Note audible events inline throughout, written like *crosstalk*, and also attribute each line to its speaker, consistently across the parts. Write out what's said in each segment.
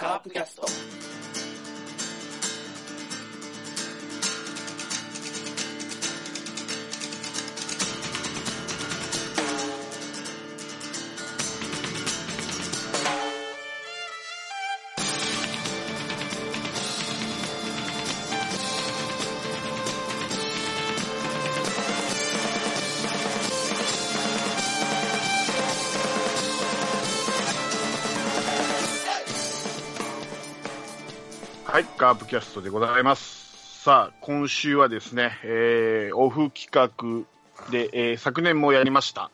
Speaker 1: カープキャスト。
Speaker 2: はい、カープキャストでございます。さあ、今週はですね、えーオフ企画で、えー昨年もやりました、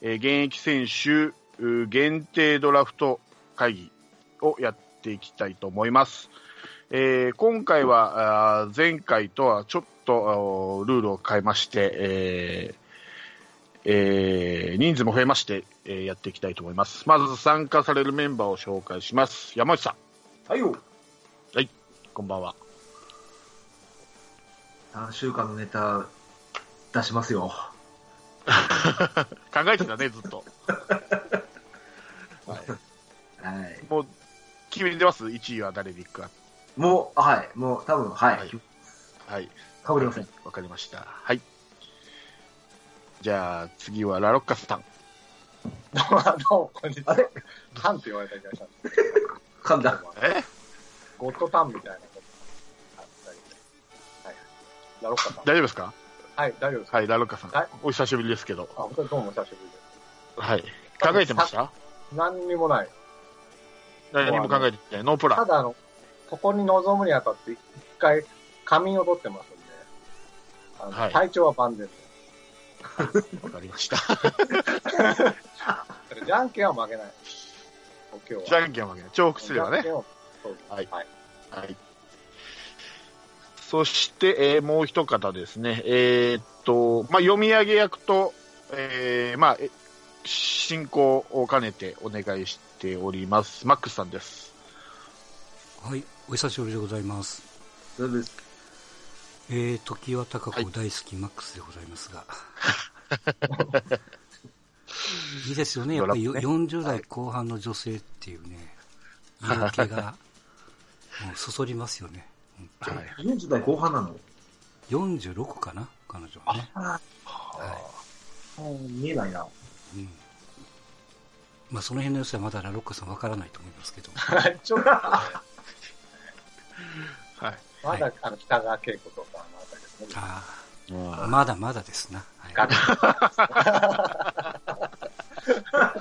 Speaker 2: えー現役選手うー限定ドラフト会議をやっていきたいと思います。えー今回は、あー前回とはちょっとあールールを変えまして、えーえー人数も増えまして、えーやっていきたいと思います。まず参加されるメンバーを紹介します。山内さん、
Speaker 3: はいよ。
Speaker 2: こんばんは。
Speaker 3: 3週間のネタ出しますよ。
Speaker 2: 考えてたね、ずっと。
Speaker 3: はい。
Speaker 2: もう、決めてます、1位は誰でいくか。
Speaker 3: もう、はい。もう、多分、はい。
Speaker 2: はいはい。
Speaker 3: かぶりません。
Speaker 2: わかりました。はい。じゃあ、次はラロッカスさん。
Speaker 4: あどうも、こんにちは。
Speaker 3: あれ
Speaker 4: タンって言われた気がしたんですけ
Speaker 3: 噛んだ。
Speaker 4: ど。
Speaker 2: え
Speaker 4: ゴッドタンみたいなことあったり。はい。ラロッカさ
Speaker 2: 大
Speaker 4: ん。
Speaker 2: 丈夫ですか
Speaker 4: はい、大丈夫ですか
Speaker 2: はい、ラロッカさん。
Speaker 4: はい
Speaker 2: お久しぶりですけど。
Speaker 4: あ、本当にどうもお久しぶりで
Speaker 2: はい。考えてました
Speaker 4: す。何にもない。
Speaker 2: 何も考えてない。ノープラ
Speaker 4: た
Speaker 2: ン。
Speaker 4: だ、あの、ここに臨むにあたって、一回、仮眠を取ってますんで、あの
Speaker 2: はい
Speaker 4: 体調は万全で
Speaker 2: わかりました。
Speaker 4: す。だからじゃんけんは負けない。今日は。
Speaker 2: じゃんけんは負けない。重複すれば
Speaker 4: じ
Speaker 2: ね
Speaker 4: ゃ。んけんをそうです
Speaker 2: はい
Speaker 4: はい。
Speaker 2: はい。そして、えーもう一方ですね。えーっと、まあ、読み上げ役と、えーまあ、え進行を兼ねてお願いしております。マックスさんです。
Speaker 5: はい、お久しぶりでございます。
Speaker 3: そうです。
Speaker 5: えー、時は高
Speaker 2: は
Speaker 5: 子
Speaker 2: い
Speaker 5: 大好きマックスでございますが。 *laughs* い、いですよね、やっぱりよ40代後半の女性っていうね、色気が、もうそそりますよね。
Speaker 2: はい。
Speaker 3: 40代後半なの
Speaker 5: 46かな、彼女はね。
Speaker 3: 見えないな。
Speaker 5: うんまあ、その辺の良さはまだラロッカさんわからないと思いますけど。
Speaker 4: はいちょっと、
Speaker 2: はい。
Speaker 4: まだ、あの、北川景子とかのあたりですね。
Speaker 5: ああ、
Speaker 2: あ
Speaker 5: まだまだですな。はい
Speaker 4: ガチ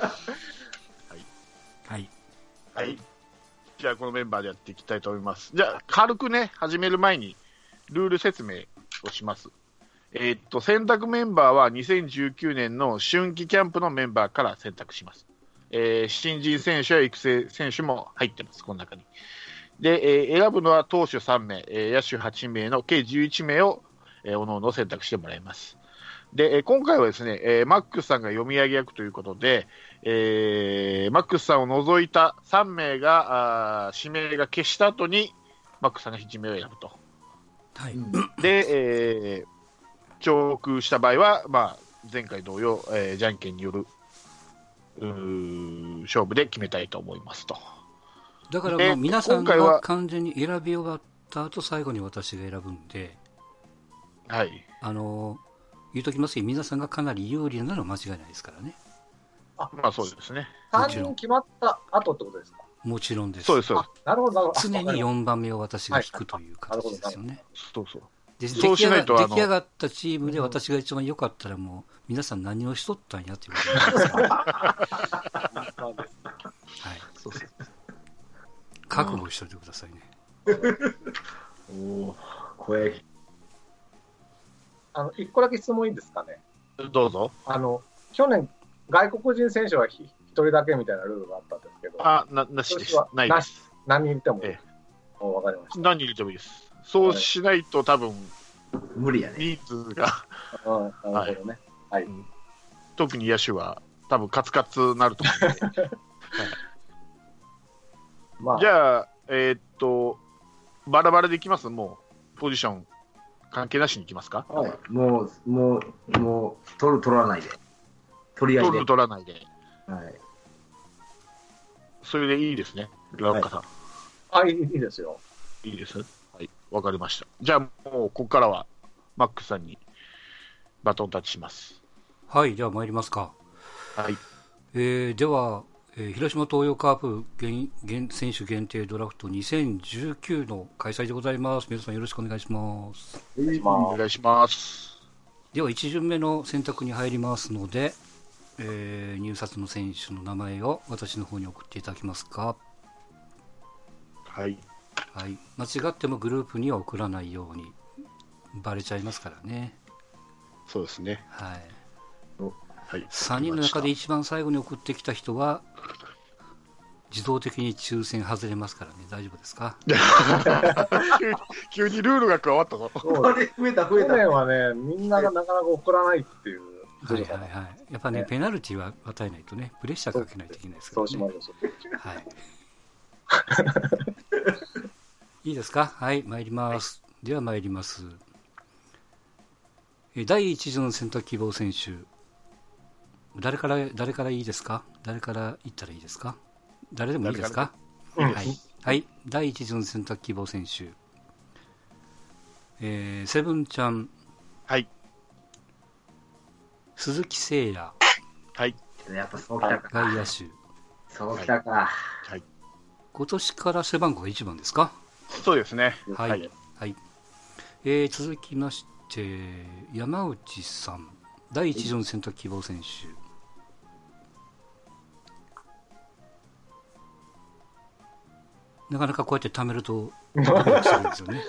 Speaker 5: はい。
Speaker 2: はい。じゃあ、このメンバーでやっていきたいと思います。じゃあ、軽くね、始める前に、ルール説明をします。えーっと、選択メンバーは2019年の春季キャンプのメンバーから選択します。えー新人選手や育成選手も入ってます、この中に。で、えー選ぶのは投手3名、えー野手8名の計11名を、えー、おのおの選択してもらいます。で、えー今回はですね、えーマックスさんが読み上げ役ということで、えーマックスさんを除いた3名が、あー指名が消した後に、マックスさんが1名を選ぶと。
Speaker 5: はい。
Speaker 2: で、えー、重複した場合は、まあ、前回同様、えーじゃんけんによる、うー勝負で決めたいと思いますと。
Speaker 5: だから
Speaker 2: え
Speaker 5: もう皆さん
Speaker 2: 今回は
Speaker 5: が完全に選び終わった後、最後に私が選ぶんで、
Speaker 2: はい。
Speaker 5: あの言うときますけど、皆さんがかなり有利なのは間違いないですからね。
Speaker 2: まあ、そうですね。
Speaker 4: 3人決まった後ってことですか
Speaker 5: もちろんです。
Speaker 2: そうです、そうで
Speaker 4: あ、なるほど、なるほど。
Speaker 5: 常に
Speaker 4: あわか
Speaker 5: 4番目を私が引くという形ですよね。
Speaker 2: す。そうそう。
Speaker 5: で
Speaker 2: そうそうしないと
Speaker 5: 出
Speaker 2: あ
Speaker 5: 来上
Speaker 2: の
Speaker 5: が出来上がったチームで私が一番良かったらもう、皆さん何をしとったんやということになります *laughs* から。
Speaker 4: り *laughs* ました
Speaker 5: はい。覚悟しといてくださいね。
Speaker 3: おお声。
Speaker 4: あの、一個だけ質問いいですかね。
Speaker 2: どうぞ。
Speaker 4: あの、去年、外国人選手はひ一人だけみたいなルールがあったんですけど、
Speaker 2: あ、な、なしです。ないです。
Speaker 4: 何人いても
Speaker 2: え、
Speaker 4: もうわかりまし
Speaker 2: 何入れてもいいです。そうしないと多分、
Speaker 3: 無理やね。
Speaker 2: 人数が、
Speaker 4: た。うん、なるほどね。
Speaker 2: 特に野手は、多分カツカツになると思うんで。
Speaker 4: まあ、
Speaker 2: じゃあ、えーっと、バラバラでいきますもう、ポジション、関係なしにいきますか
Speaker 3: はい。もう、もう、もう、取る、取らないで。取り合い
Speaker 2: 取
Speaker 3: で。
Speaker 2: る、取らないで。
Speaker 3: はい。
Speaker 2: それでいいですね。ラウカさん。
Speaker 4: あ、いいいいですよ。
Speaker 2: い、いですはい。わかりました。じゃあもう、ここからは、マックスさんにバトンタッチします。
Speaker 5: はい、じゃあ参りますか。
Speaker 2: はい。
Speaker 5: えーでは、えー広島東洋カープ現現選手限定ドラフト2019の開催でございます。皆さんよろしくお願いします。
Speaker 4: お願いし
Speaker 2: お
Speaker 4: ます
Speaker 2: 願いします。
Speaker 5: では1巡目の選択に入りますので、えー入札の選手の名前を私の方に送っていただけますか、
Speaker 2: はい。
Speaker 5: はい、間違ってもグループには送らないようにバレちゃいますからね、
Speaker 2: そうですね。
Speaker 5: はい、
Speaker 2: はい。
Speaker 5: 3人の中で一番最後に送ってきた人は自動的に抽選外れますからね大丈夫ですか
Speaker 2: *laughs* 急にルールが加わったぞ。
Speaker 4: そう
Speaker 3: あれ、増えた、増え
Speaker 4: 去
Speaker 3: た。
Speaker 4: 年はね、みんながなかなか怒らないっていう。
Speaker 5: はいはいはいやっぱねペナルティは与えないとねプレッシャーかけないといけないですか
Speaker 4: そ
Speaker 5: ら
Speaker 4: うしま
Speaker 5: ね
Speaker 4: しょう。
Speaker 5: はい。い *laughs* いですかはい、参ります。では参ります。え第1次の選択希望選手。誰から、誰からいいですか誰から言ったらいいですか誰でもいいですか
Speaker 4: 誰
Speaker 5: はい。はい。第1次の選択希望選手。えーセブンちゃん、
Speaker 2: はい。
Speaker 5: 鈴木誠也、
Speaker 2: はい。
Speaker 3: やっぱそうきたか。
Speaker 5: 外野手。
Speaker 3: そうきたか。
Speaker 5: 今年から背番号が1番ですか
Speaker 2: そうですね。
Speaker 5: は
Speaker 2: は
Speaker 5: い、はいいえー続きまして山内さん第一条の選択希望選手なかなかこうやって貯めるとドキドキするんですよね、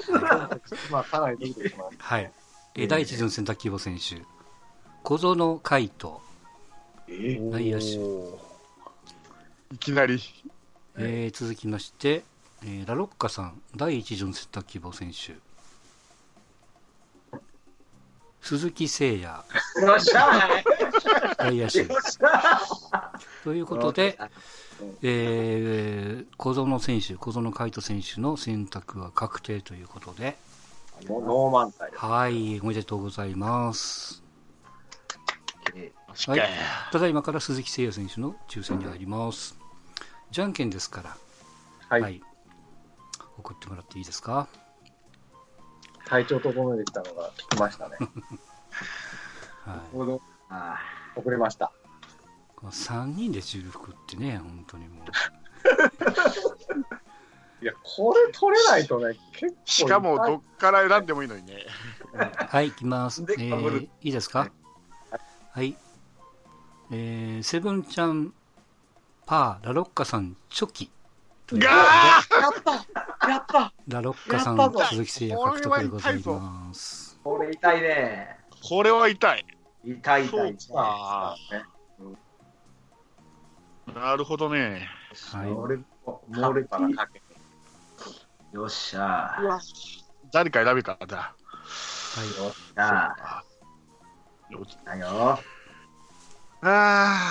Speaker 4: まあ、かなりできてしまう。
Speaker 5: はいえー第一条の選択希望選手小園海斗、
Speaker 4: え
Speaker 5: 内野手
Speaker 2: おーいきなり。
Speaker 5: えー続きまして、えーラロッカさん第一条の選択希望選手鈴木誠也
Speaker 3: よっしゃ
Speaker 5: 外野手
Speaker 3: よっしゃ
Speaker 5: ということで、えー、小園選手、小園海斗選手の選択は確定ということで、
Speaker 4: ノーマンタイです。
Speaker 5: はい、おめでとうございます。
Speaker 2: し
Speaker 5: は
Speaker 2: か
Speaker 5: い
Speaker 2: や、
Speaker 5: ただいまから鈴木誠也選手の抽選に入ります。じゃんけんですから、
Speaker 4: はい。
Speaker 5: 送ってもらっていいですか。
Speaker 4: 体調整えてきたのが来ましたね。
Speaker 5: はい、
Speaker 3: あ
Speaker 4: 遅れました。
Speaker 5: この3人で重複ってね、本当にもう。
Speaker 4: いや、これ取れないとね、結構。
Speaker 2: しかも、どっから選んでもいいのにね。
Speaker 5: はい、行きます。え
Speaker 3: で被る
Speaker 5: ーいいですかはい。えー、セブンちゃん、パー、ラロッカさん、チョキ。ということで
Speaker 3: やった
Speaker 5: ラロッカさん
Speaker 3: やった、ぞ
Speaker 5: 鈴木誠也獲得でございます。
Speaker 3: これ痛いね。
Speaker 2: これは痛い。
Speaker 3: 痛い痛い。
Speaker 2: そうか。なるほどね。
Speaker 5: はい
Speaker 3: 俺も、
Speaker 4: 猛
Speaker 3: 猛
Speaker 4: 烈
Speaker 3: 烈
Speaker 4: なかけ。
Speaker 3: よっしゃ
Speaker 2: 誰か選べかだ。
Speaker 5: はい。
Speaker 3: よっしゃ
Speaker 2: よっ
Speaker 3: だよ。
Speaker 2: あ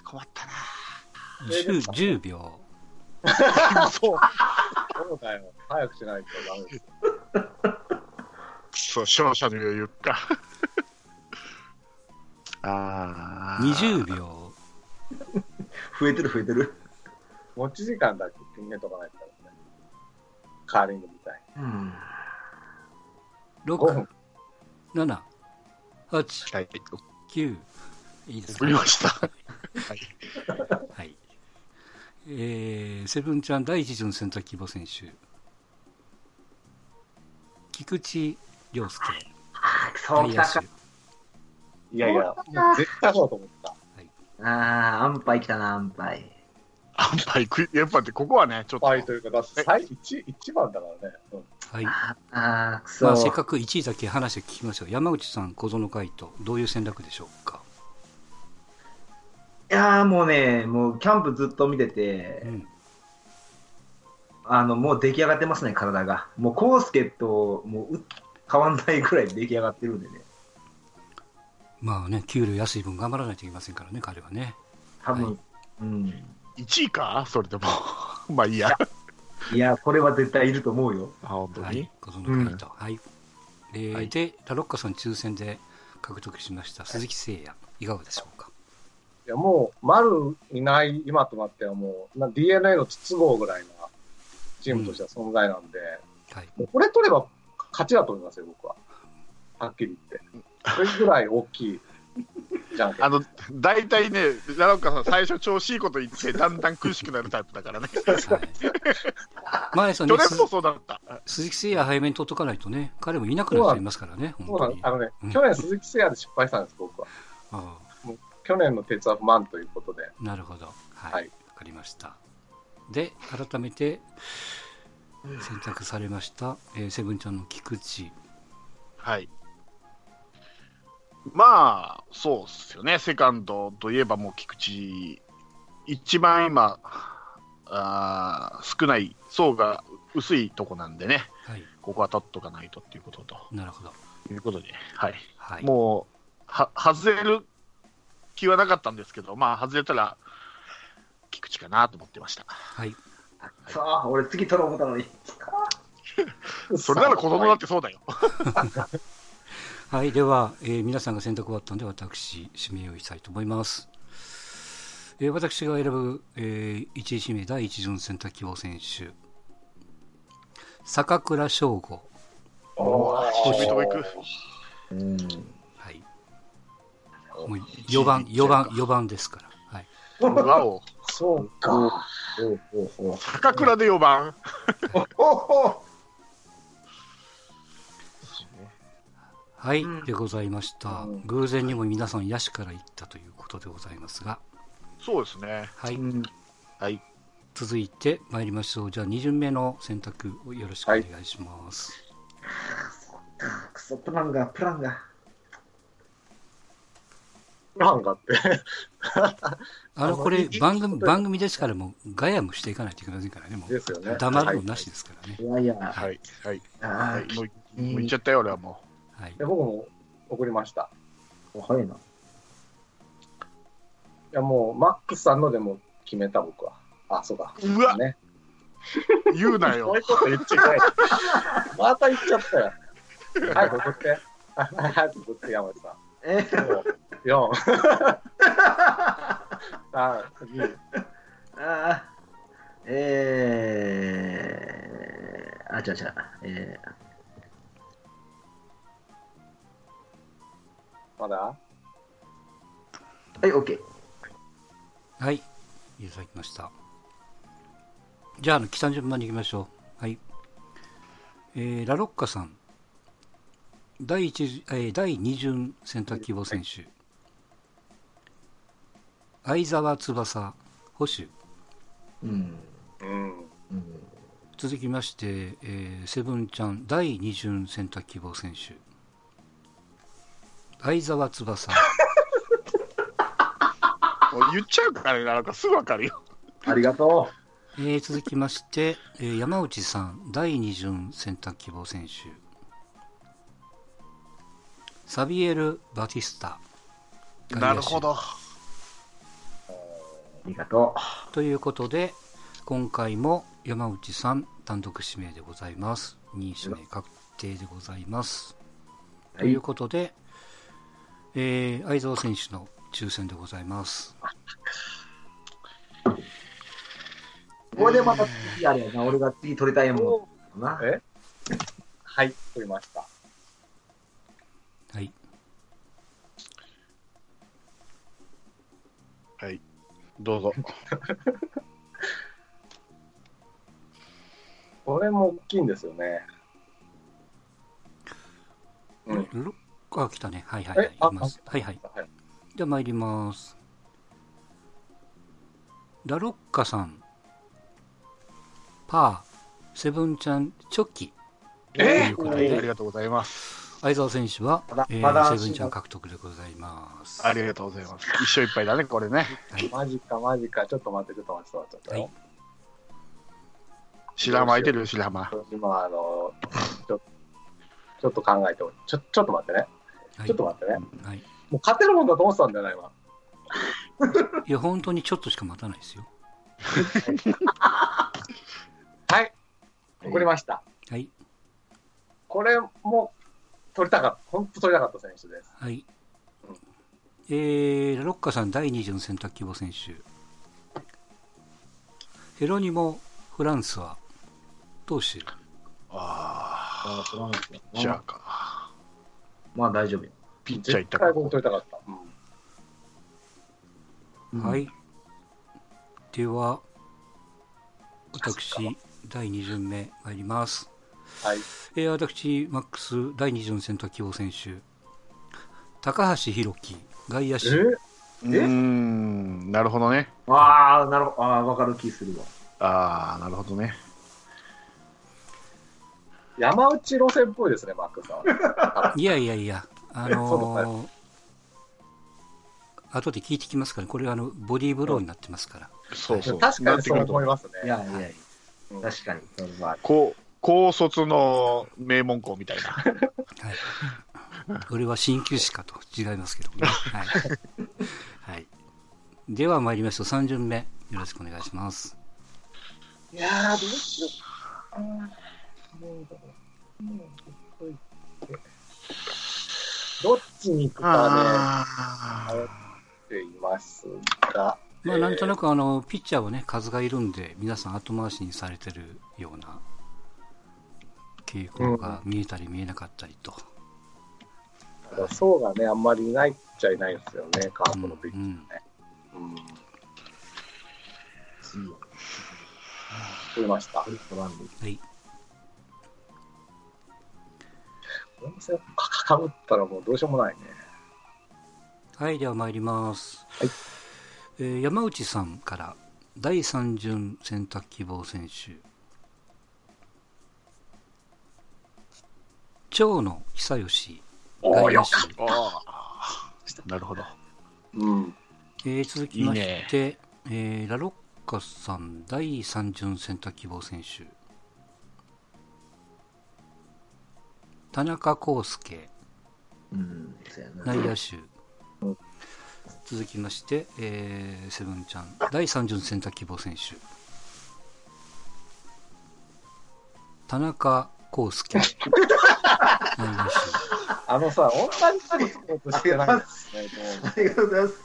Speaker 2: ー、困ったな。
Speaker 5: 10, 10秒。
Speaker 2: そう。
Speaker 4: そうだよ。早くしないとダメです。
Speaker 2: そう、勝者の余裕か。 *laughs* あー。
Speaker 5: 20秒。
Speaker 3: 増えてる増えてる。
Speaker 4: 持ち時間だけ決めとかないとダメですね。カーリングみたい
Speaker 3: うん。
Speaker 4: 5
Speaker 5: 6
Speaker 4: 分、
Speaker 5: 7、8、
Speaker 2: はい、
Speaker 5: 9。いいです
Speaker 2: 送
Speaker 5: か
Speaker 2: りま *laughs* した。
Speaker 5: はい。えー、セブンちゃん第一次の選択希望選手。菊池涼介。
Speaker 3: あ、そうきたか。
Speaker 4: に。いやいや、もう絶対そうと思った。
Speaker 3: ああ、安牌きたな、安牌。
Speaker 2: アンパイクイ、やっぱって、ここはね、ちょっと。
Speaker 4: はい、というか、だって最一一番だからね。うん
Speaker 5: はい。
Speaker 3: ああ、くそ。
Speaker 5: まあ、せっかく1位だけ話を聞きましょう。山内さん、小園海斗、どういう戦略でしょうか。
Speaker 3: いやーもうね、もうキャンプずっと見てて
Speaker 5: う、ん。
Speaker 3: あの、もう出来上がってますね、体が。もう、コウスケと、もう、う変わんないくらい出来上がってるんでね。
Speaker 5: まあね、給料安い分頑張らないといけませんからね、彼はね。
Speaker 3: 多分、
Speaker 5: は
Speaker 3: うん。
Speaker 2: 1位かそれでも。 *laughs* まあいいや。
Speaker 3: いや、これは絶対いると思うよ。
Speaker 2: あ、本当に、
Speaker 5: はい。小園海斗。はい。えー
Speaker 2: はい
Speaker 5: で、ラロッカさん抽選で獲得しました、鈴木誠也、いかがでしょうか。
Speaker 4: いや、もう、丸いない今となってはもう、な DNA の筒香ぐらいなチームとしては存在なんで、
Speaker 2: *laughs*
Speaker 5: はい。
Speaker 4: もうこれ取れば勝ちだと思いますよ、僕は。はっきり言って。それぐらい大きい。じゃんけん
Speaker 2: あの、大体ね、奈良岡さん、最初調子いいこと言って、だんだん苦しくなるタイプだからね。去
Speaker 5: はい、まあそうね、
Speaker 2: 年も
Speaker 5: す
Speaker 2: そうだった。
Speaker 5: 鈴木誠也早めに取っとかないとね、彼もいなくなっちゃいますからね、
Speaker 4: そう
Speaker 5: 本
Speaker 4: な
Speaker 5: 当
Speaker 4: の
Speaker 5: に。
Speaker 4: あのね、
Speaker 5: うん
Speaker 4: 去年鈴木誠也で失敗したんです、僕は。
Speaker 5: あ
Speaker 4: 去年の鉄は不満ということで。
Speaker 5: あなるほど。はい。わ、
Speaker 4: はい
Speaker 5: かりました。で、改めて選択されました、えーセブンちゃんの菊池。
Speaker 2: はい。まあ、そうっすよね。セカンドといえばもう菊池、一番今、あー少ない、層が薄いとこなんでね、
Speaker 5: はい。
Speaker 2: ここは取っとかないとっていうことと
Speaker 5: なるほど。
Speaker 2: いうことで、はい。
Speaker 5: はい。
Speaker 2: もう、は、外れる気はなかったんですけど、まあ、外れたら、菊池かなと思ってました。
Speaker 5: はい。
Speaker 3: さあ、俺次取ろう思ったのに。
Speaker 2: それなら子供だってそうだよ。 *laughs*
Speaker 5: はい。では、えー皆さんが選択終わったので、私、指名をしたいと思います。えー私が選ぶ、え1位指名第1巡選択希望選手。坂倉翔吾。
Speaker 4: おー
Speaker 2: 渋いとこ行く。
Speaker 3: うん。
Speaker 5: はい。もう4番、4番、4番ですから。はい。
Speaker 2: わお。
Speaker 4: そうか。
Speaker 3: おうおうおう
Speaker 2: 高倉で4番。
Speaker 5: はい、でございました。偶然にも皆さん、野手から行ったということでございますが。
Speaker 2: そうですね。
Speaker 5: はい。
Speaker 2: はい。
Speaker 5: 続いて参りましょう。じゃあ、2巡目の選択をよろしくお願いします。
Speaker 3: クソプランが、プランが。
Speaker 4: なんかって。
Speaker 5: あの、こ
Speaker 4: あ
Speaker 5: れ
Speaker 4: のいい、
Speaker 5: 番組、番組ですから、もう、ガヤもしていかないといけませんからね。も
Speaker 4: ですよね
Speaker 5: う、黙るのなしですからね。
Speaker 3: いやいや、
Speaker 2: はい。はい。
Speaker 3: あ
Speaker 2: はい、もうもう行っちゃったよ、俺はも
Speaker 5: はい。
Speaker 4: で僕も送りました。
Speaker 3: あ、早いな。
Speaker 4: いや、もう、マックスさんのでも決めた、僕は。あ、そうか。
Speaker 2: う。うわ、
Speaker 4: ね。
Speaker 2: 言うな
Speaker 4: こ
Speaker 2: *laughs* よ
Speaker 4: うい。うこと言っちゃいけない。また言っちゃったよ。早く送って。早く送って、山内さん。
Speaker 3: えー、
Speaker 4: 4、3、2、
Speaker 3: あーえー、あ、違う違う。えー、
Speaker 4: まだ
Speaker 3: はい、OK。
Speaker 5: はい。いただきました。じゃあ、あの、来た順番に行きましょう。はい。えー、ラロッカさん。第一、えー、第二巡選択希望選手。相沢翼、保守。
Speaker 3: うん。
Speaker 4: うん。
Speaker 3: うん。
Speaker 5: 続きまして、えー、セブンちゃん、第二巡選択希望選手。相沢翼、
Speaker 2: もう言っちゃうからね、なんかすぐわかるよ。
Speaker 4: ありがと
Speaker 5: えー、続きまして、えー、山内さん第2巡選択希望選手サビエル・バティスタ
Speaker 2: なるほど。
Speaker 3: ありがと
Speaker 5: ということで今回も山内さん単独指名でございます2位指名確定でございます、
Speaker 3: う。
Speaker 5: ということで、えー、相沢選手の抽選でございます
Speaker 3: これでまた次あれやな、俺が次取りたいもんな
Speaker 4: え。はい、取りました。
Speaker 5: はい
Speaker 2: はい。どうぞ。
Speaker 4: これも大きいんですよね。うん。はい
Speaker 5: ロッあ来たねはいはいはい
Speaker 4: えあ
Speaker 5: いますはいはいじゃあ参ります。ラロッカさん、パー、セブンちゃん、チョキ。
Speaker 2: という
Speaker 5: ー
Speaker 2: ことで、ありがとうございます。
Speaker 5: 相沢選手は
Speaker 3: まだ、
Speaker 5: えー
Speaker 3: まだ
Speaker 5: セブンちゃん獲得でございます。
Speaker 2: ありがとうございます。一生いっぱいだね、これね。
Speaker 4: マジか、マジか。ちょっと待って、ちょっと待って、ちょっと待って。
Speaker 5: はい
Speaker 2: 白浜空いてるよ、白浜。
Speaker 4: 今、あの、ちょちょっと考えて、ちょ、ちょっと待ってね。
Speaker 5: はい
Speaker 4: ちょっと待ってね。
Speaker 5: はい、
Speaker 4: もう勝てるもんだと思ってたんだよな、今。
Speaker 5: いや、本当にちょっとしか待たないですよ。
Speaker 4: はい。送りました。
Speaker 5: はい、
Speaker 4: これも取りたかった。本当取りたかった選手です。
Speaker 5: はい。ええーラロッカさん第2次の選択希望選手ヘロニモ・フランスは投手
Speaker 2: あ
Speaker 3: ああ、そうなんですね。
Speaker 2: あ、じゃあか。
Speaker 3: まあ大丈夫よ。
Speaker 2: ピッチャーいっ
Speaker 4: 絶
Speaker 2: たか
Speaker 4: 対取りたかった。うん
Speaker 5: はい。では、私、第2巡目参ります。
Speaker 4: はい。
Speaker 5: えー私、マックス、第2巡選択希望選手、高橋宏樹、外野手、
Speaker 4: え
Speaker 2: うーん、なるほどね。
Speaker 3: ああ、なるほど。ああ、わかる気するわ。
Speaker 2: ああ、なるほどね。
Speaker 4: 山内路線っぽいですね、マックさん。
Speaker 5: いやいやいや、あのー、後で聞いてきますから、これはあのボディーブローになってますから、
Speaker 2: そうそう。
Speaker 4: 確かにそう
Speaker 2: なってくると
Speaker 4: 思います
Speaker 3: い
Speaker 4: ね。
Speaker 3: やいやいや、
Speaker 4: うん
Speaker 3: 確かに。それは
Speaker 2: こう高卒の名門校みたいな。
Speaker 5: はい、これは鍼灸師かと違いますけどね。はいはい、では参りましょう、3巡目、よろしくお願いします。
Speaker 4: いやー、どうしよう。どっちに行くか
Speaker 2: あ
Speaker 4: ね、迷っていますが。え
Speaker 5: まあ、
Speaker 4: ー
Speaker 5: なんとなくあのピッチャーはね数がいるんで皆さん後回しにされてるような傾向が見えたり見えなかったりと、
Speaker 4: 層がね、あんまりいないっちゃいないですよね、カー
Speaker 5: うん
Speaker 4: プのピッチャーね。うん。
Speaker 3: 次よ。
Speaker 4: 取れました
Speaker 3: こ。れ取らんでいい
Speaker 5: はい、
Speaker 4: これもせかぶったらもうどうしようもないね。
Speaker 5: はい、では参ります、
Speaker 4: はい
Speaker 5: えー山内さんから第3巡選択希望選手長野久義
Speaker 4: おー
Speaker 5: 外野
Speaker 4: よ
Speaker 5: 手
Speaker 2: ーあー。なるほど。
Speaker 4: うん。
Speaker 5: えー続きましてえーラロッカさん第3巡選択希望選手田中康介
Speaker 3: うん、そうやな
Speaker 5: 内。野手、続きまして、えーセブンちゃん第3巡選択希望選手田中康介内野手
Speaker 4: あのさ、同じことしようとしてないんですね。も
Speaker 3: *laughs* ありがとうございます。
Speaker 4: う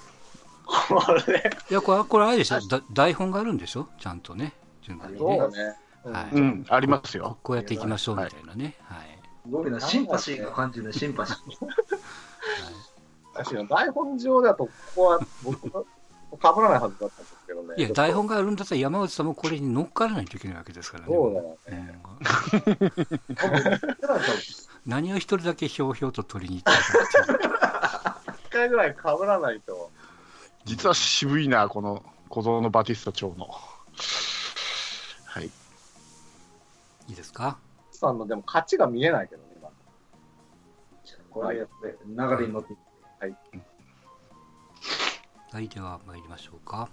Speaker 4: これ。
Speaker 5: いやこれこれあれでしょだ台本があるんでしょちゃんとね順番にね
Speaker 4: そうね。うん
Speaker 5: はい
Speaker 2: うん、ありますよ。
Speaker 5: こうやっていきましょうみたいなね、はい
Speaker 3: すごいな、シンパシーが感じるね、シンパシー。
Speaker 4: 確かに台本上だと、ここは僕が被らないはずだったんですけどね。
Speaker 5: いや、台本があるんだったら山内さんもこれに乗っからないといけないわけですからね。
Speaker 4: そうだよね。
Speaker 5: うん何を一人だけひょうひょうと取りに行ったかっていう
Speaker 4: 一回ぐらい被らないと。
Speaker 2: 実は渋いな、この小僧のバティスタ長の。はい。
Speaker 5: いいですか
Speaker 4: さんのでも勝ちが見えないけどね、今。
Speaker 3: これやって、流れに乗っていって。
Speaker 5: はい、では参りましょうか。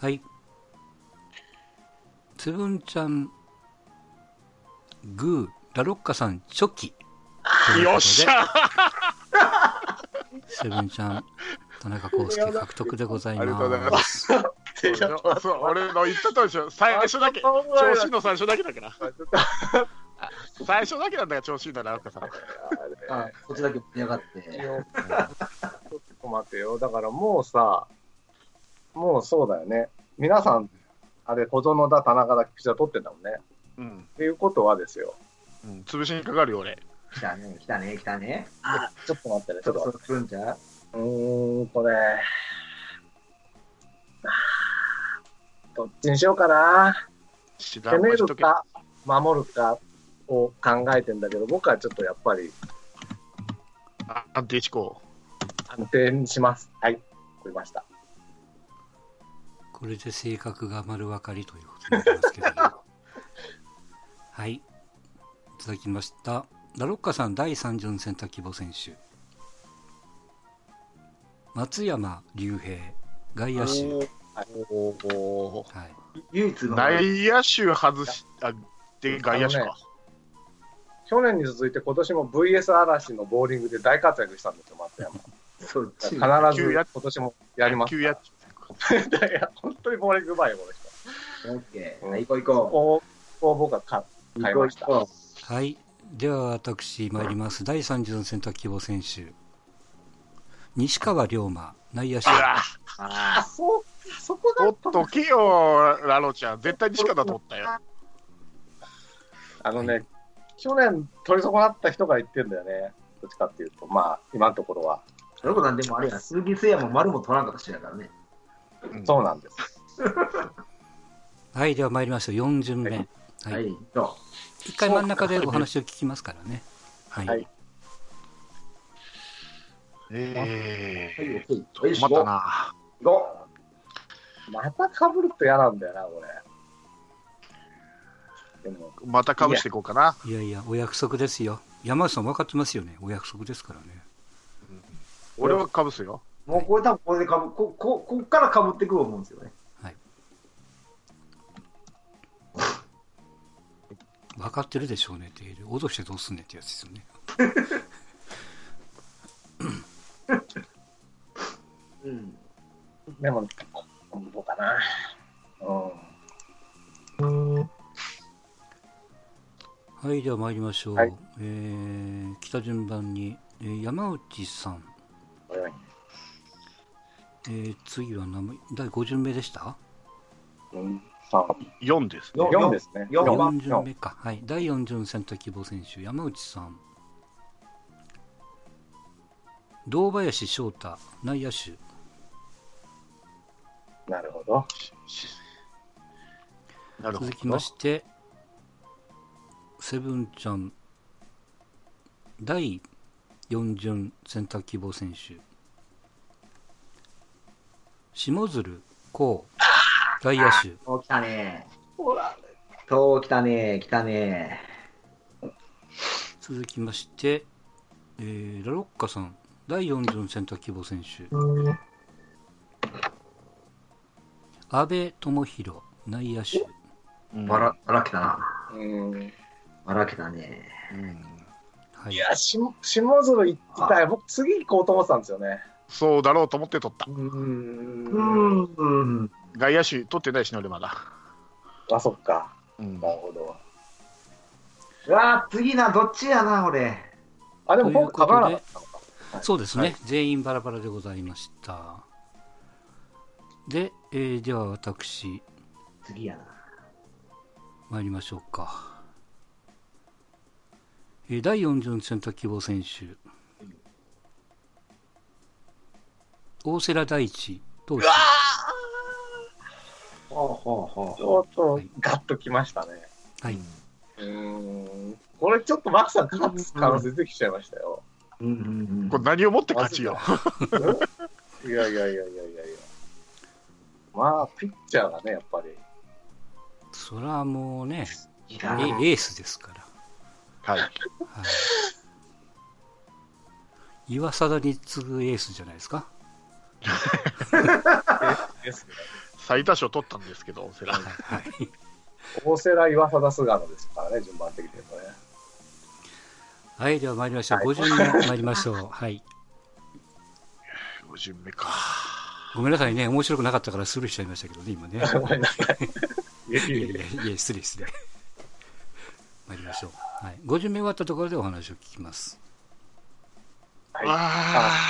Speaker 5: はい。つぶんちゃん、グー、ラロッカさん、チョキ。
Speaker 2: よっしゃ
Speaker 5: セブンちゃん、田中康介獲得でござい
Speaker 2: ありがとうござい
Speaker 5: ま。
Speaker 2: ますそうそう俺の言ったとおりでしょ。最初だけ。
Speaker 4: あ
Speaker 2: 調
Speaker 4: そんぐらいだ
Speaker 2: 子いいの最初だけだから。最初だけなんだよ、調子いいんだな、ラッカさん。
Speaker 3: あ、こっちだけ盛り上がっ
Speaker 4: い
Speaker 3: て。
Speaker 4: やちょっと待てよ。だからもうさ、もうそうだよね。皆さん、あれ、小園だ、田中だ、ピッチャー取ってんだもんね。
Speaker 2: うん。
Speaker 4: っていうことはですよ。
Speaker 2: うん、潰しにかかるよ、俺。
Speaker 3: 来たね、来たね、来たね。
Speaker 4: ちょっと待ってね、
Speaker 3: ちょっとそれ来るんちゃう
Speaker 4: うーん、これ。あーどっちにしようかな。
Speaker 2: 知ら
Speaker 4: 攻
Speaker 2: ん
Speaker 4: め
Speaker 2: わ
Speaker 4: る
Speaker 2: しとけ
Speaker 4: か、守るかを考えてんだけど、僕はちょっとやっぱり
Speaker 2: あ安定志向。
Speaker 4: 安定にします。はい、取りました。
Speaker 5: これで性格が丸分かりということになりますけどもはい。いただきました。ラロッカさん第3巡選択希望選手。松山竜平、外野手。
Speaker 2: お
Speaker 5: はい。
Speaker 3: 唯一の。
Speaker 2: 内野手外し、あ、で、外野手
Speaker 4: あの
Speaker 2: か。
Speaker 4: 去年に続いて今年も VS 嵐のボーリングで大活躍したんですよ、松山。
Speaker 3: そっち。
Speaker 4: 必ず今年もやりま *laughs*
Speaker 2: 野
Speaker 4: す。
Speaker 2: 球
Speaker 4: い
Speaker 2: やっ
Speaker 4: や、本当にボーリングうまいよ、この人。
Speaker 3: オッケー。はい、行こ
Speaker 4: こう、こう僕は買
Speaker 3: う行こう。
Speaker 4: 買いました
Speaker 3: 行こう行こ
Speaker 5: はい。では私参ります。第3巡選択希望選手。西川龍馬、内野手
Speaker 2: う。わ
Speaker 4: あ、そう、そこが
Speaker 2: 取っとけよ、ラロちゃん。絶対にしかだと思ったよ。
Speaker 4: あのね、去年取り損なった人が言ってんだよね。どっちかっていうと、まあ、今のところは。
Speaker 3: ロコさん、でもあれや、鈴木誠也も丸も取らんかったしやからね。
Speaker 2: うん
Speaker 4: そうなんです。
Speaker 5: はい、では参りましょう。4巡目。は。
Speaker 3: はいい、ど
Speaker 5: 一回真ん中でお話を聞きますからね。はい。
Speaker 4: はい
Speaker 2: え
Speaker 3: う。はい、
Speaker 2: え
Speaker 3: OK。
Speaker 2: ー、困ったな。
Speaker 4: どまた被ると嫌なんだよな、これ。でも、
Speaker 2: またかぶしていこうかな。
Speaker 5: いやいや、お約束ですよ。山内さん分かってますよね。お約束ですからね。
Speaker 2: 俺はかぶすよ。
Speaker 3: もうこれ多分これでかぶ、こ、こ、こっからかぶってくると思うんですよね。
Speaker 5: 分かってるでしょうねっていう。脅してどうすんねんってやつですよね。
Speaker 3: うん。
Speaker 4: でも、今度かな。うん。
Speaker 5: はい、では参りましょう。
Speaker 4: はい
Speaker 5: えー、来た順番に、えー山内さん、
Speaker 4: これは
Speaker 5: えー次は名前、第5巡目でした
Speaker 4: うん、さあ、
Speaker 2: 4ですね。
Speaker 4: 4ですね。
Speaker 3: 四
Speaker 4: 四
Speaker 5: 4巡目か。はい、第4巡選択希望選手、山内さん。堂林翔太、内野手。
Speaker 4: なるほど。
Speaker 2: なるほ
Speaker 5: 続きま
Speaker 2: ど。
Speaker 5: して、セブンちゃん、第4巡選択希望選手、下鶴こう外野手、
Speaker 3: お、来たね。
Speaker 4: ほら、
Speaker 3: と、来たね、来たね。
Speaker 5: 続きまして、えーラロッカさん、第4巡選択希望選手、阿部智弘、内野手、
Speaker 2: うん
Speaker 3: ばら、ばらけたな。
Speaker 4: うん。
Speaker 3: ばらけたね。
Speaker 2: うん
Speaker 5: はい
Speaker 4: い、や、し下鶴行ってたよ。僕、次行こうと思ってたんですよね。
Speaker 2: そうだろうと思って取った。
Speaker 3: う
Speaker 4: うん。
Speaker 3: ん、うん。
Speaker 2: 外野手取ってないしね、俺まだ。
Speaker 4: あ、そっか。
Speaker 2: うん
Speaker 4: なるほど。
Speaker 3: うわー、次な、どっちやな、俺。
Speaker 4: あ、でも僕、被らなかったのか。
Speaker 5: そうですね、全員バラバラでございました。で、えーでは私、
Speaker 3: 次やな。
Speaker 5: 参りましょうか。えー第4巡選択希望選手、大瀬良大地投手、
Speaker 3: ほうほうほ
Speaker 4: ちょっと、ガッときましたね。
Speaker 5: はい、
Speaker 4: うん。これ、ちょっと、マクさん、勝つ可能性出てきちゃいましたよ。
Speaker 3: う。うん、うん、うん。
Speaker 2: これ何をもって勝ちよ。
Speaker 4: いやいやいやいやいやいや。まあ、ピッチャーがね、やっぱり。
Speaker 5: それはもうね、
Speaker 3: い
Speaker 5: えエ
Speaker 3: やー
Speaker 5: ースですから。
Speaker 2: はい。
Speaker 5: *laughs* はい、岩貞に次ぐエースじゃないですか。
Speaker 4: ですね。
Speaker 2: 最多勝取ったんですけど、セラ
Speaker 5: はいはい、
Speaker 4: 大瀬良岩貞菅野ですからね、順番的に言うとね。
Speaker 5: はい、では参りましょう。
Speaker 4: はい
Speaker 5: 5巡目参りましょう。はい。
Speaker 2: 5巡目か。
Speaker 5: ごめんなさいね、面白くなかったからスルーしちゃいましたけど
Speaker 4: *laughs*
Speaker 5: ね、今ね。
Speaker 4: いやい
Speaker 5: い
Speaker 4: や
Speaker 5: やい
Speaker 4: い
Speaker 5: や
Speaker 4: や
Speaker 5: いや、失礼失礼。参りましょう。はい。50名終わったところでお話を聞きます。
Speaker 4: はい
Speaker 2: あ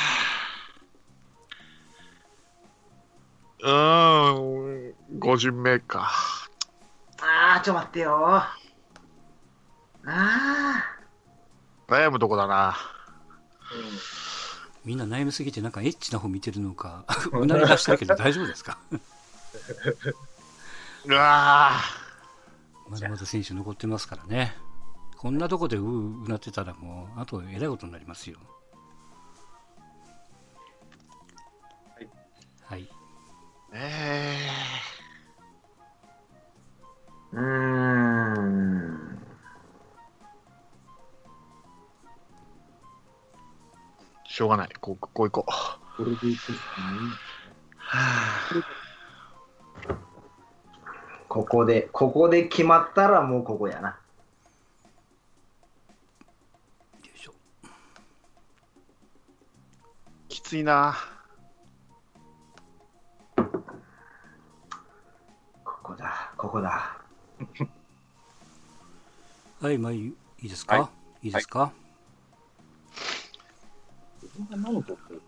Speaker 2: あ。うーん、5巡目か。
Speaker 3: あー、ちょ、待ってよー。ああ
Speaker 2: 悩むとこだな。
Speaker 5: みんな悩みすぎて、なんかエッチな方見てるのか、 *laughs* うなり出してるけど大丈夫です
Speaker 4: *laughs*
Speaker 5: か
Speaker 2: うわ
Speaker 5: まだまだ選手残ってますからね。こんなとこでうううなってたらもう、あとえらいことになりますよ。
Speaker 4: はい。
Speaker 5: はい。
Speaker 2: ー。え
Speaker 3: ー。うーん。
Speaker 2: ー、しょうがない。こう、こう行こう。
Speaker 3: これでいくしかないここで、ここで決まったらもうここやな。
Speaker 5: よいしょ。
Speaker 2: きついな。
Speaker 3: ここだ、ここだ。
Speaker 5: はい、まあいいいいですか、、
Speaker 4: はい
Speaker 5: いですか、
Speaker 4: 自分が何取ってる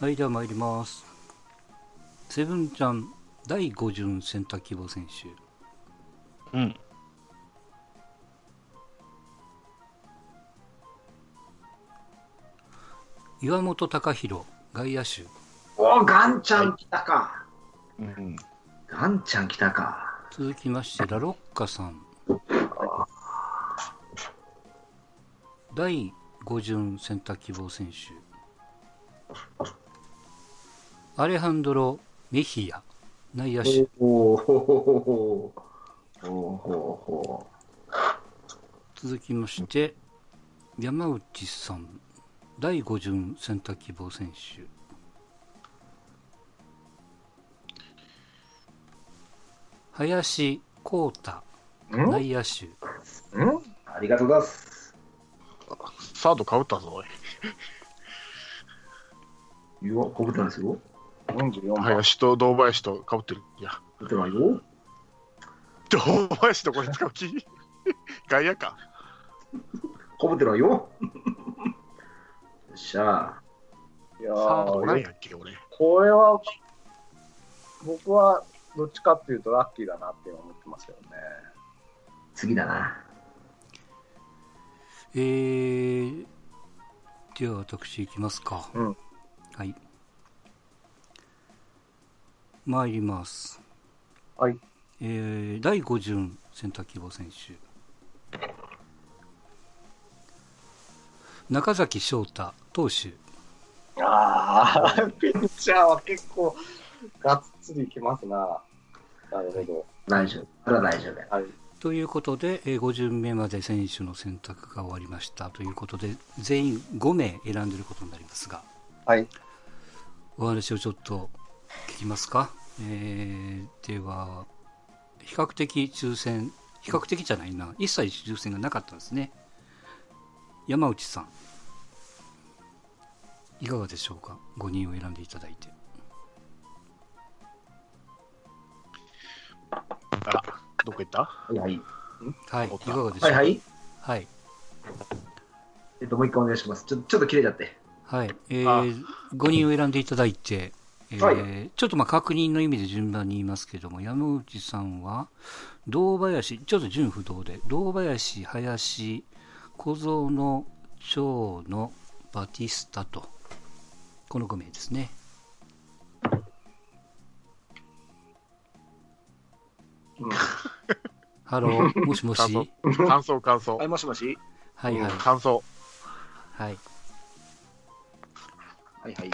Speaker 5: はい、では参ります。セブンちゃん、第5巡選択希望選手。
Speaker 1: うん。
Speaker 5: 岩本隆弘、外野手。
Speaker 3: おーガンちゃん来たか、
Speaker 1: うん。
Speaker 3: ガンちゃん来たか
Speaker 5: 続きまして、ラロッカさん。第5巡選択希望選手。アレハンドロ・メヒア、内野手。
Speaker 3: おおほほほほほほほ
Speaker 5: 続きまして、山内さん。第5巡選択希望選手。林浩太、
Speaker 4: んん
Speaker 5: 内野手。
Speaker 3: ありがとうございます
Speaker 2: サードかぶったぞ、おい
Speaker 3: いやこぶってないですよ
Speaker 4: ?44 番。
Speaker 2: 林と堂林とかぶってる。いや、
Speaker 3: ぶってないよ
Speaker 2: 堂林とこれ使う気 *laughs* 外野か。
Speaker 3: こぶってないよ *laughs* よっしゃ
Speaker 4: いや
Speaker 2: サードなん
Speaker 4: ー
Speaker 2: やっけ、俺。
Speaker 4: これは、僕はどっちかっていうとラッキーだなって今思ってますけどね。
Speaker 3: 次だな
Speaker 5: えー、では私行きますか。
Speaker 4: うん
Speaker 5: はい。参ります。
Speaker 4: はい。
Speaker 5: えー、第5巡選択希望選手。中崎翔太投手。
Speaker 4: ああ、ピッチャー *laughs* は結構がっつりいきますな。なるほ
Speaker 3: 大丈夫それは大丈夫だよ
Speaker 4: ど。はい。
Speaker 5: ということで、えー5巡目まで選手の選択が終わりましたということで、全員5名選んでることになりますが、
Speaker 4: はい。
Speaker 5: お話をちょっと聞きますか。えーでは、比較的抽選、比較的じゃないな、一切抽選がなかったんですね。山内さん、いかがでしょうか、5人を選んでいただいて。
Speaker 2: あら、どこ行った
Speaker 3: はいはい
Speaker 5: はい、い
Speaker 2: そうか
Speaker 5: かがでしょ
Speaker 3: は
Speaker 5: う
Speaker 3: い
Speaker 5: か。
Speaker 3: はい
Speaker 5: はい
Speaker 3: えっともう一回お願いしますちょちょっと切れちゃって
Speaker 5: はい、えー、5人を選んでいただいて、えー
Speaker 3: はい
Speaker 5: ちょっとまあ確認の意味で順番に言いますけども、山内さんは、堂林、ちょっと順不同で、堂林、林、小園、長野、バティスタと、この5名ですね。
Speaker 4: うん
Speaker 5: ハロー、もしもし。
Speaker 2: 感想感想、感想。
Speaker 3: もしもし
Speaker 5: はいはい。
Speaker 2: 感想。
Speaker 5: はい。
Speaker 3: はいはい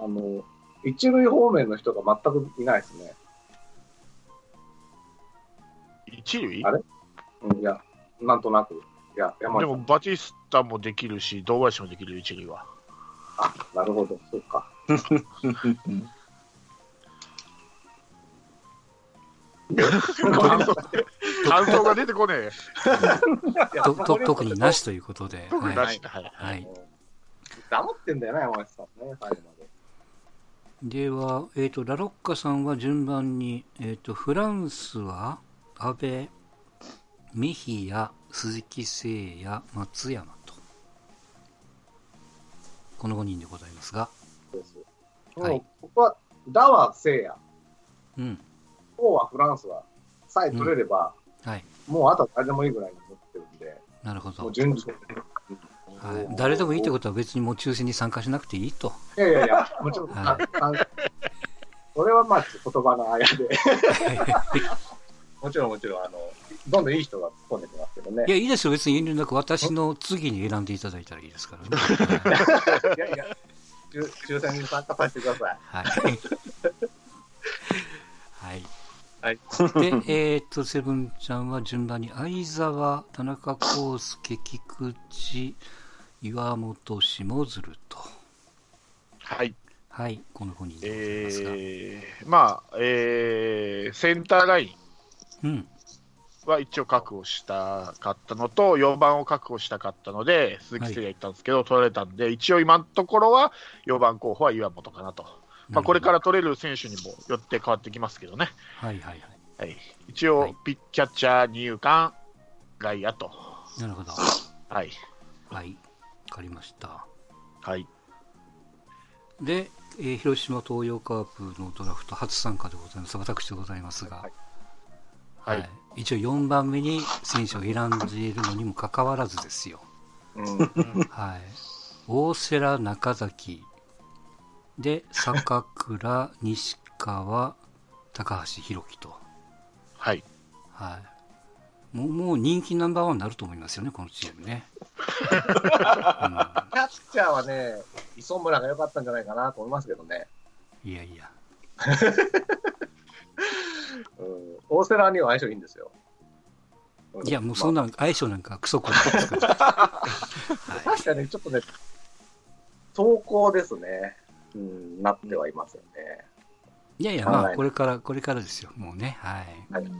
Speaker 4: あの、一塁方面の人が全くいないですね。
Speaker 2: 一塁
Speaker 4: あれうん、いや、なんとなく。いや、山
Speaker 2: で
Speaker 4: 内
Speaker 2: も
Speaker 4: さん。
Speaker 2: バティスタもできるし、堂林もできるよ一塁 *laughs* は。
Speaker 4: あ、なるほど、そうか。
Speaker 2: 感想、感想が出てこねえ。
Speaker 5: とと特になしということで。
Speaker 2: 特に
Speaker 5: は
Speaker 2: ないしだ。はい。
Speaker 5: はい
Speaker 4: 黙ってんだよね、山内さんね、最後まで。
Speaker 5: では、えー、とラロッカさんは順番に、えー、とフランスは安倍、ミヒヤ、鈴木誠也、松山とこの5人でございますが、はい
Speaker 4: もう僕は、ダは聖夜、
Speaker 5: うん
Speaker 4: 王はフランスは、さえ取れれば、
Speaker 5: はい、
Speaker 4: もうあとは誰でもいいぐらいに思ってるんで、
Speaker 5: なるほ
Speaker 4: も
Speaker 5: ど
Speaker 4: う、順次、
Speaker 5: はい、誰でもいいということは別にもう抽選に参加しなくてい
Speaker 4: *laughs*
Speaker 5: いと、
Speaker 4: いやいやいや、もちろん、
Speaker 5: は
Speaker 4: はいそれはまあ、言葉のあやで。 *laughs* もちろん、もちろん、あの、どんどんいい人が突っ込んできますけどね
Speaker 5: い。や、いいですよ、別に遠慮なく私の次に選んでいただいたらいいですからね。
Speaker 4: *laughs* いやいや、抽抽選に参加させてくだ *laughs* さい。
Speaker 5: はい。はい。
Speaker 4: はい
Speaker 5: で、えっと、セブンちゃんは順番に、相沢、田中康介、菊池、岩本、下鶴と。
Speaker 2: はい。
Speaker 5: はい、この5人でございますが。
Speaker 2: えー、まあ、えー、センターライ
Speaker 5: うん。。
Speaker 2: ンは一応確保したかったのと、4番を確保したかったので、鈴木誠也行ったんですけど、取られたんで、一応今のところは4番候補は岩本かなと。まあ、これからら取れる選手にもよって変わってきますけどね。
Speaker 5: はいはい
Speaker 2: は
Speaker 5: はい。
Speaker 2: い。一
Speaker 5: は
Speaker 2: 応
Speaker 5: い、
Speaker 2: ピッキャッチャー、二遊間、外野と。
Speaker 5: なるほど。
Speaker 2: はい。
Speaker 5: はい。わかりまし
Speaker 2: は
Speaker 5: た。
Speaker 2: い。
Speaker 5: で、えー広島東洋カープのドラフト初参加でございます。私でございますが、
Speaker 2: はいはい
Speaker 5: 一応4番目に選手を選んでいるのにもかかわらずですよ。
Speaker 4: うん。
Speaker 5: はい。大瀬良中崎で、坂倉、西川、高橋宏樹と。
Speaker 2: はい。
Speaker 5: はい。もう、もう人気ナンバーワンになると思いますよね、このチームね。
Speaker 4: キャッチャーはね、磯村が良かったんじゃないかなと思いますけどね。
Speaker 5: うん、いやいや。
Speaker 4: うん。大瀬良には相性いいんですよ。う
Speaker 5: いや、もうそん
Speaker 4: ま
Speaker 5: な相性なんかクソこないですから。
Speaker 4: あ確かにちょっとね、投稿ですね。うん、なってはいますよね。
Speaker 5: いやいや、
Speaker 4: はい
Speaker 5: まあ、これから、これからですよ、もうね。はい。
Speaker 4: はい。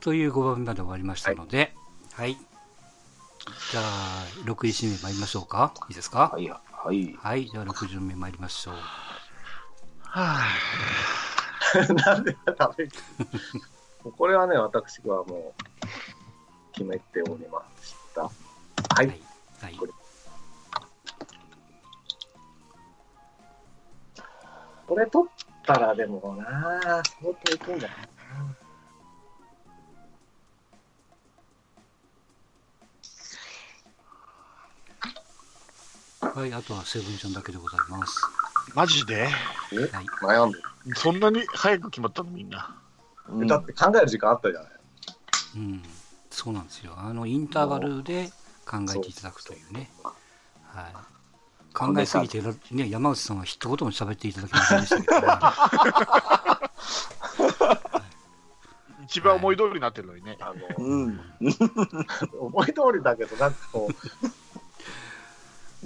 Speaker 5: という5番まで終わりましたので、はい。じゃあ、6位指名参りましょうか。いいですか
Speaker 3: はい、はい。
Speaker 5: はい、じゃあ6巡目参りましょう。
Speaker 4: *laughs* なんでダメもう *laughs* これはね、私はもう、決めておりました。はい。
Speaker 5: はい。
Speaker 4: これ取ったらでもなぁ、相当いくんじゃない
Speaker 5: はい、あとはセブンちゃんだけでございます。
Speaker 2: マジで
Speaker 5: はい。
Speaker 4: 悩んで
Speaker 2: そんなに早く決まったのみんな。
Speaker 4: る。だって考える時間あったじゃない。
Speaker 5: うん。そうなんですよ。あの、インターバルで考えていただくというね。はい。考えすぎてら、ね、山内さんは一言も喋っていただけませんでしたけど、
Speaker 2: 一番思い通りになってるのにね。
Speaker 4: あの、
Speaker 1: うん。
Speaker 4: 思い通りだけど、なんかこう、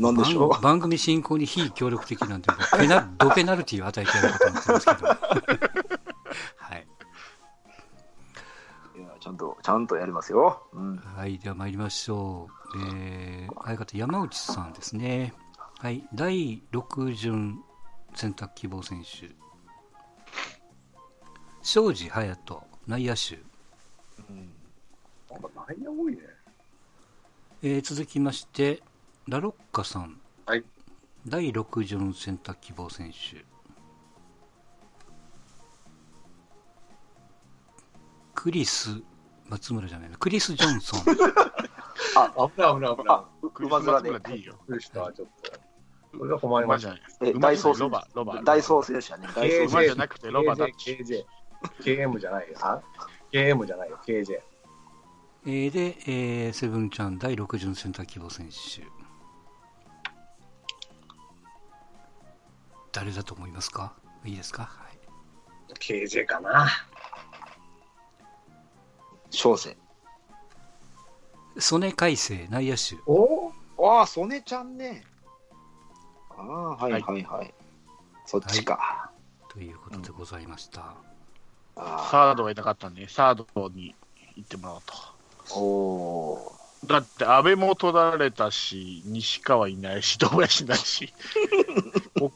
Speaker 1: なんでしょう
Speaker 5: 番番組進行に非協力的なんで、
Speaker 1: *laughs*
Speaker 5: ペナドペナルティを与えてやることになってますけど。はい。
Speaker 1: いやちゃんと、ちゃんとやりますよ。うん。
Speaker 5: はい、では参りましょう。えー、相方山内さんですね。はい、第6巡選択希望選手。庄司隼人、内野手。
Speaker 4: なんか内容多いね。
Speaker 5: えー続きまして、ラロッカさん。
Speaker 4: はい
Speaker 5: 第6巡選択希望選手。クリス、松村じゃないな、クリス・ジョンソ
Speaker 4: *laughs*
Speaker 5: ン。
Speaker 4: あ、危ない危ない危な
Speaker 2: ク
Speaker 1: う
Speaker 2: リスマ
Speaker 1: まず
Speaker 2: ス
Speaker 1: ら
Speaker 2: ぐ
Speaker 1: で
Speaker 2: らい。でいいよ。
Speaker 4: い。びっくりした、ちょっと。これは困り
Speaker 2: 馬
Speaker 4: ま
Speaker 2: じ
Speaker 4: し
Speaker 2: ゃ
Speaker 4: た。
Speaker 2: ない。
Speaker 1: え、
Speaker 2: 馬
Speaker 1: 大
Speaker 2: じゃないロ
Speaker 1: 創生。
Speaker 2: バ、ロバ。
Speaker 1: 大創生でしたね。大
Speaker 4: えー
Speaker 1: 創生
Speaker 2: 馬。じゃなくてロバだっ
Speaker 4: KJ、
Speaker 2: て。
Speaker 4: KJ。KM じゃないよ。あ ?KM じゃないよ、KJ。
Speaker 5: えーで、えーセブンちゃん第6巡選択希望選手誰だと思いますかいいですか、はい
Speaker 4: KJ かな。
Speaker 1: 小生。
Speaker 5: 曽根海星内野手
Speaker 4: お
Speaker 1: ああ、曽根ちゃんね。ああ、はいはいはい。そっちか。
Speaker 5: ということでございました、
Speaker 1: あ
Speaker 2: サードがいなかったんで、サードに行ってもらおうと。
Speaker 1: あ、おー。
Speaker 2: だって、安倍も取られたし、西川いないし、堂林いないし、お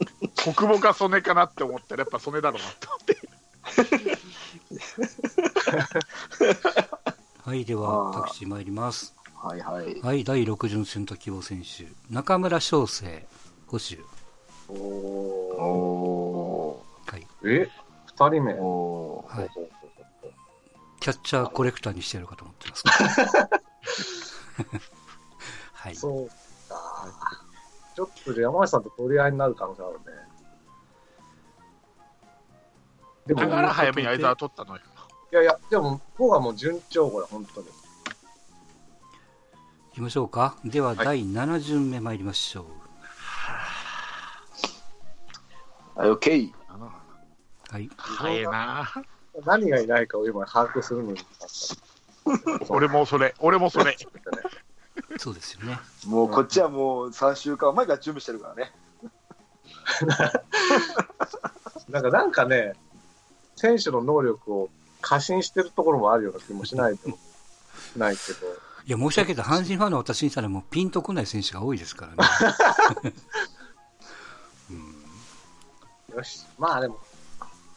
Speaker 2: 国母か曽根かなって思ったら、やっぱ曽根だろうな *laughs* と。
Speaker 5: はいでは
Speaker 1: あー
Speaker 5: 私参ります
Speaker 1: はいはい。
Speaker 5: はい第6巡選択希望選手中村翔成捕手
Speaker 4: お
Speaker 1: お
Speaker 5: はい
Speaker 4: え二人目
Speaker 1: ー。おー。
Speaker 5: はいキャッチャーコレクターにしてやるかと思ってます
Speaker 1: *laughs*
Speaker 5: はい
Speaker 4: そうか。ちょっと山内さんと取り合いになる可能性あるね。でも、
Speaker 2: だ
Speaker 4: い
Speaker 2: から早めに相沢取ったのよ。
Speaker 4: やいや、でも、こうはもう順調、これ、本当に。
Speaker 5: 行きましょうかでは
Speaker 4: はい
Speaker 5: 第7巡目参りましょう、
Speaker 1: はい、オッケー。
Speaker 5: はい、
Speaker 2: 早いな
Speaker 4: 何がいないかを今把握するのに。
Speaker 2: 俺もそれ、俺もそれ。
Speaker 5: そうですよね。
Speaker 1: もうこっちはもう3週間前から準備してるからね。
Speaker 4: なんか、なんかね、選手の能力を過信してるところもあるような気もしないでも、ないけど。
Speaker 5: いや、申し訳ない。阪神ファンの私にしたらもうピンとこない選手が多いですからね。うん
Speaker 4: よし。まあでも、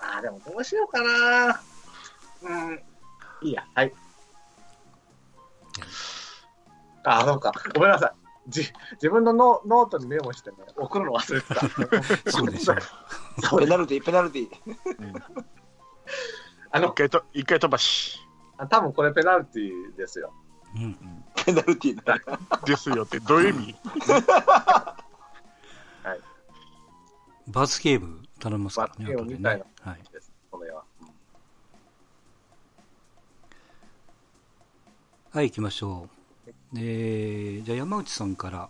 Speaker 4: ああでもどうしようかな。うん。いいや、はい。ああ、そうか。ごめんなさい。じ自分のノノートにメモしてね、送るの忘れてた。
Speaker 1: *laughs*
Speaker 5: そうでしょう。
Speaker 4: そう
Speaker 1: *laughs* ペナルティー、ペナルティー。
Speaker 4: あ
Speaker 2: 一
Speaker 4: の、
Speaker 2: 回と、一回飛ばし。
Speaker 4: あ多分これペナルティですよ。
Speaker 5: うん。
Speaker 1: ペナルティーだ。
Speaker 2: ですよって、どういう意味
Speaker 5: 罰ゲーム頼みますからね、
Speaker 4: 罰ゲーム
Speaker 5: 後で
Speaker 4: みたい
Speaker 5: ね
Speaker 4: な。
Speaker 5: はい。
Speaker 4: ですこの絵は。
Speaker 5: はい、行きましょう。えーじゃあ山内さんから。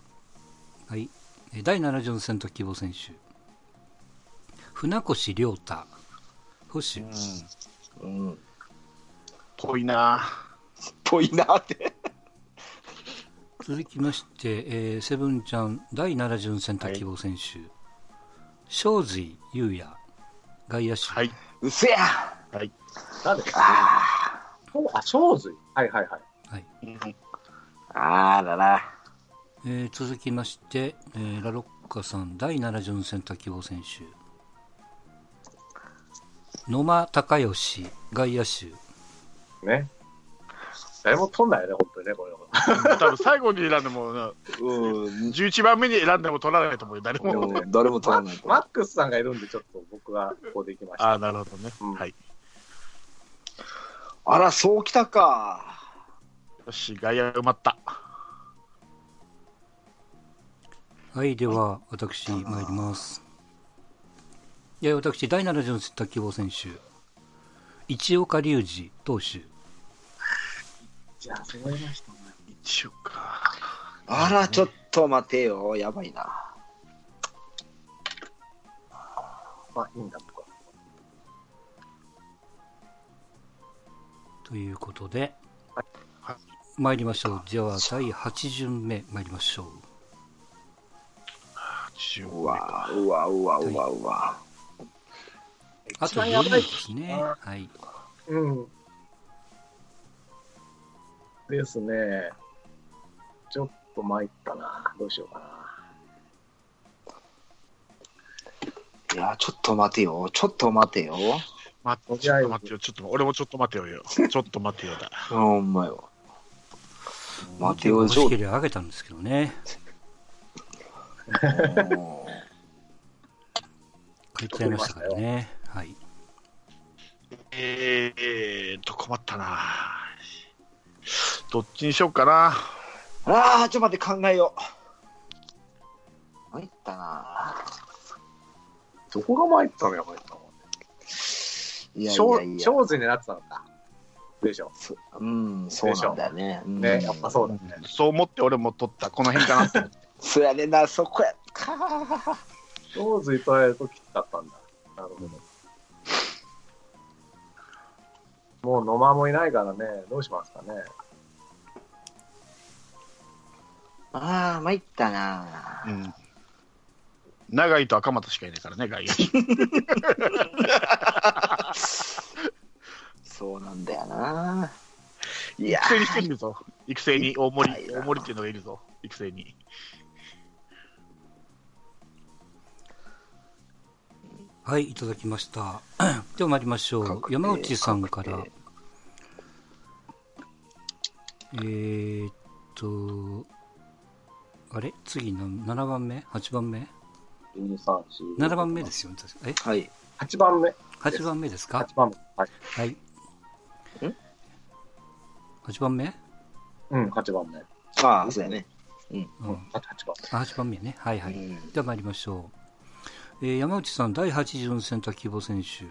Speaker 5: はい。えー第74戦と希望選手。船越亮太。保守。
Speaker 1: うん。うん。
Speaker 2: ぽいな
Speaker 1: ぽいなって。
Speaker 5: 続きまして、えーセブンちゃん第74戦と希望選手。庄司優也。外野手。
Speaker 2: はい。
Speaker 1: うせや
Speaker 2: はい。
Speaker 4: 誰です
Speaker 1: あ
Speaker 4: あ、正髄はいはいはい。
Speaker 2: うん
Speaker 1: ーあーらら。
Speaker 5: えー続きまして、えーラロッカさん第74戦多希望選手野間孝義外野手
Speaker 4: ね。誰も取んないよね、本当にね、これは。
Speaker 2: 多分最後に選んでもな、
Speaker 1: うん。
Speaker 2: 11番目に選んでも取らないと思うよ、誰も。
Speaker 1: うん誰も取らないと。
Speaker 4: マックスさんがいるんで、ちょっと僕がこうできました。
Speaker 2: ああ、なるほどね。
Speaker 4: うん
Speaker 2: はい。
Speaker 1: あら、そうきたか。
Speaker 2: よし、外野埋まった。
Speaker 5: はいでは私参りますで私第74戦多希望選手一岡隆二投手
Speaker 4: じゃあ、そういましたね。
Speaker 2: 一応か。
Speaker 1: あら、ちょっと待てよ。やばいな。
Speaker 4: まあ、いいんだ、僕は。
Speaker 5: ということで
Speaker 2: はい
Speaker 5: 参りましょうじゃあ第8巡目参りましょう
Speaker 2: 一
Speaker 1: う
Speaker 2: 応
Speaker 1: わ、うわ、うわ、うわ、うわ。
Speaker 5: あ
Speaker 4: 一
Speaker 5: と
Speaker 4: 番
Speaker 5: 4
Speaker 4: やば
Speaker 5: 人で
Speaker 4: い。
Speaker 5: すね
Speaker 4: あ
Speaker 5: はい
Speaker 4: うん。ですね。ちょっと参ったな。どうしようかな。
Speaker 1: いや、ちょっと待てよ。ちょっと待てよ。
Speaker 2: 待って、ちょっと待ってよ、ちょっと、俺もちょっと待てよよ。ちょっと待てよだ。
Speaker 1: ほんまよ。待てよ、
Speaker 5: 欲
Speaker 1: ジョ
Speaker 5: し
Speaker 1: ー
Speaker 5: ければあげたんですけどね
Speaker 1: う
Speaker 5: 書
Speaker 1: ん
Speaker 5: いちゃいましたからねはい
Speaker 2: えーっと、困ったなどっちにしようかな。
Speaker 1: ああ、ちょっと待って、考えよう。参ったな。
Speaker 4: どこが参ったのやばい
Speaker 1: いやいやい
Speaker 4: な。
Speaker 1: や。
Speaker 4: 小図になってたのか。でしょ。
Speaker 1: うん、そうなんだよね。うん
Speaker 4: ね、やっぱそうだね。
Speaker 2: そう思って俺も取った。この辺かな
Speaker 1: *laughs*
Speaker 2: と思って。
Speaker 1: そうやねんな、そこや。か
Speaker 4: 小図取られるときつかったんだ。なるほど。もう野間もいないからね、どうしますかね。
Speaker 1: ああ、参ったな。
Speaker 2: うん。長井と赤松しかいないからね、外野に。
Speaker 1: そうなんだよな。いや
Speaker 2: 育、成に一人いるぞ。育成に大
Speaker 1: 痛い
Speaker 2: 森、
Speaker 1: な
Speaker 2: 大森っていうのがいるぞ。育成に。
Speaker 5: はい、いただきました。 *clears throat* では参りましょう
Speaker 1: 確。定
Speaker 5: 山内さんから
Speaker 1: 確。
Speaker 5: えーっと、あれ次の7番目 ?8 番目
Speaker 4: 1、2、3、4。
Speaker 5: ?7 番目ですよね、確か。え
Speaker 1: はい。
Speaker 4: 8番目。
Speaker 5: ?8 番目ですか
Speaker 4: 8番目。はい。
Speaker 5: はい。8番目
Speaker 4: うん、8番目。
Speaker 1: ああ、そうやね。
Speaker 5: う。
Speaker 4: うんん、8番
Speaker 5: あ、8番目ね。はいはい。
Speaker 1: うん
Speaker 5: では参りましょう、えー山内さん第84選択希望選手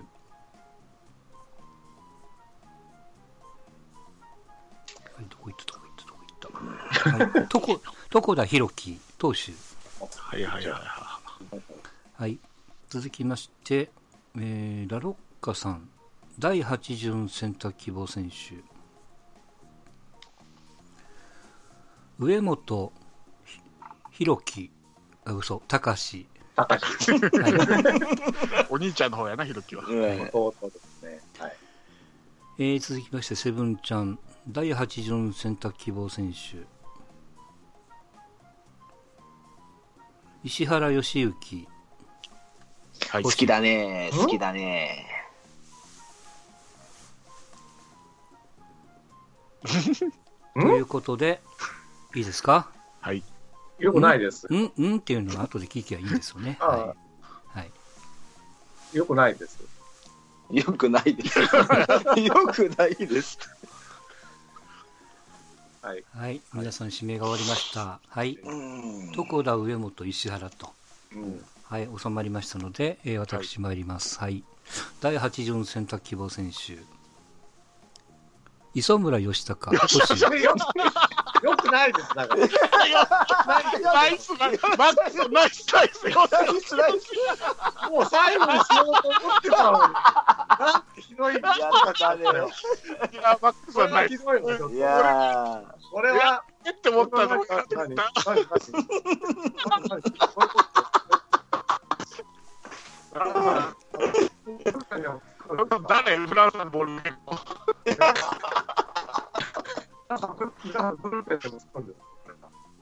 Speaker 5: はいどこ行ったどこ行ったどこ行った、はい、とこ床田裕樹投手
Speaker 2: はいはいはいは
Speaker 5: はい続きまして、えーラロッカさん第84選択希望選手上本ひ弘樹あ嘘高志
Speaker 4: 高橋
Speaker 5: はい
Speaker 2: い。お兄ちゃんの方やな、ひろきは。
Speaker 1: うん
Speaker 4: 弟ですね。はい。
Speaker 5: えー続きまして、セブンちゃん、第84選択希望選手、石原義行、
Speaker 2: はい
Speaker 1: 好。きだね、好きだね。
Speaker 5: ということで、いいですか
Speaker 2: はい。
Speaker 4: よくないです。
Speaker 5: うん、うんっていうのは後で聞きゃいいんですよね。
Speaker 4: ああ
Speaker 5: はい。はい。
Speaker 4: よくないです。
Speaker 1: よくないです。よくないです。
Speaker 4: はい。
Speaker 5: はい。皆さん指名が終わりました。はい。
Speaker 1: うん
Speaker 5: 床田上本石原と。
Speaker 4: うん。
Speaker 5: はい、収まりましたので、えー私参ります。はい。第84選択希望選手。磯村義孝。星
Speaker 4: よくよくないです。だから。
Speaker 2: ナイス、ナイス、マックス、ナイス、ナイス、よ
Speaker 1: ナイスナイス
Speaker 4: もう最後にしようと思ってたのに。なんてひどい。
Speaker 1: やったね。
Speaker 2: いや、マックス
Speaker 4: こ
Speaker 2: は
Speaker 4: れ
Speaker 2: ナ
Speaker 4: は
Speaker 2: イ
Speaker 4: ひ
Speaker 2: ス。
Speaker 4: どいわちょっと
Speaker 1: いや
Speaker 4: これは。
Speaker 2: えって思ったの
Speaker 4: 何何何
Speaker 2: が、
Speaker 4: 何何どういうこと
Speaker 2: 誰、フランスのボールメ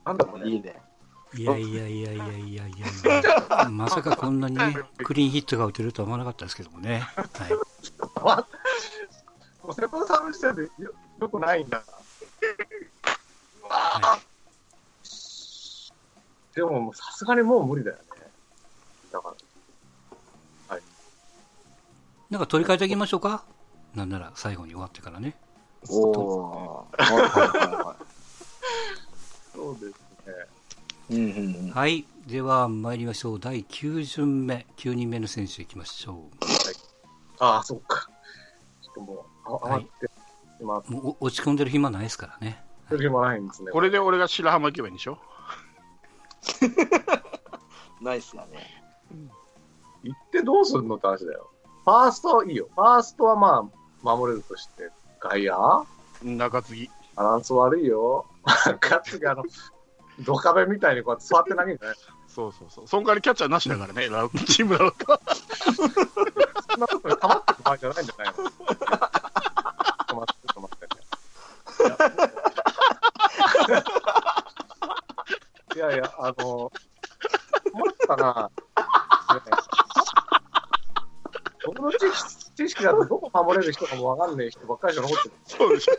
Speaker 4: なんだろう
Speaker 1: ー
Speaker 4: ね。
Speaker 1: いいね。
Speaker 5: いやいやいやいやいやいやいや。まさかこんなにね、クリーンヒットが打てるとは思わなかったですけどもね。はい。
Speaker 4: もう瀬戸さんの時点でよよくないんだ。
Speaker 5: は
Speaker 4: *laughs* でももうさすがにもう無理だよね。だから。
Speaker 5: い、なんか取り替えていきましょうか。なんなら最後に終わってからね。
Speaker 1: おおー。はいはいはいは
Speaker 4: そうですね。
Speaker 1: い。うんうんうん。
Speaker 5: はい。では参りましょう。第9巡目、9人目の選手いきましょ
Speaker 4: ああ、そっか。ちょっともう、あ、
Speaker 5: は
Speaker 4: あ
Speaker 5: い
Speaker 4: ってしまっ
Speaker 5: う。もうお落ち込んでる暇ないですからね。
Speaker 4: てるもないんですね。
Speaker 2: これで俺が白浜行けばいいんでしょ
Speaker 1: ナイスだね。
Speaker 4: 行ってどうするのって話だよ。ファーストいいよ。ファーストはまあ、守れるとして。外野
Speaker 2: 中継ぎ。
Speaker 4: バランス悪いよ。 *laughs* ガッツがあの、ドカベみたいにこうやって座って投げるんじゃない
Speaker 2: そうそうそう。そんからキャッチャーなしだからね、ラウチームだろうか。
Speaker 4: そんなことに構ってる場合じゃないんじゃないのちょっと待って、ちょっと待ってね。いやいや、あの、困ったな。ね僕の知識知識だとどこ守れる人かもわかんない人ばっかりじゃ残ってる。
Speaker 2: そう *laughs* でしょ。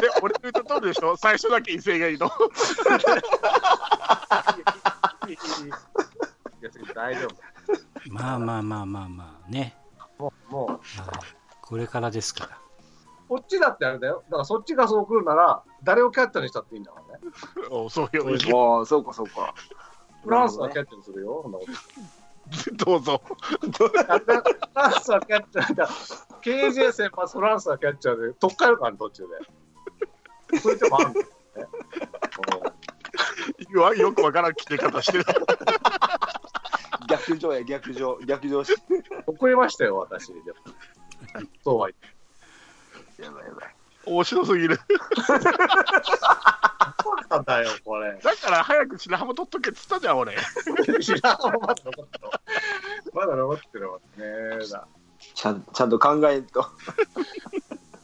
Speaker 2: で、俺の言った通りでしょ最初だけ威勢がいいの。
Speaker 4: いや、大丈
Speaker 5: まあまあまあまあまあね。
Speaker 4: 夫。もう、もう、
Speaker 5: はいこれからですから。
Speaker 4: こっちだってあれだよ。だからそっちがそう来るなら、誰をキャッチャーにしたっていいんだからね。
Speaker 2: おそういう意見
Speaker 1: おお、そうかそうか。
Speaker 4: フランスはキャッチャーにするよ、そんなこと。
Speaker 2: どうぞ。
Speaker 4: フランスはキャッチャーだ。KJ 先発、フランスはキャッチャーで、とっかえるからね、途中で。そういう手もあるんだよね。
Speaker 2: うわよくわからん切れ方してる。
Speaker 1: 逆上や逆上逆上し。
Speaker 4: うん遅れましたよ、私。でもそうは言って。
Speaker 1: やばいやばい。
Speaker 2: 面白すぎる。
Speaker 4: なんだよ、これ。
Speaker 2: だから早く白浜取っとけっつったじゃん、俺。
Speaker 4: 知らんまだ残ってる。まだ残ってるわね。だ
Speaker 1: ちゃんちゃんと考えんと。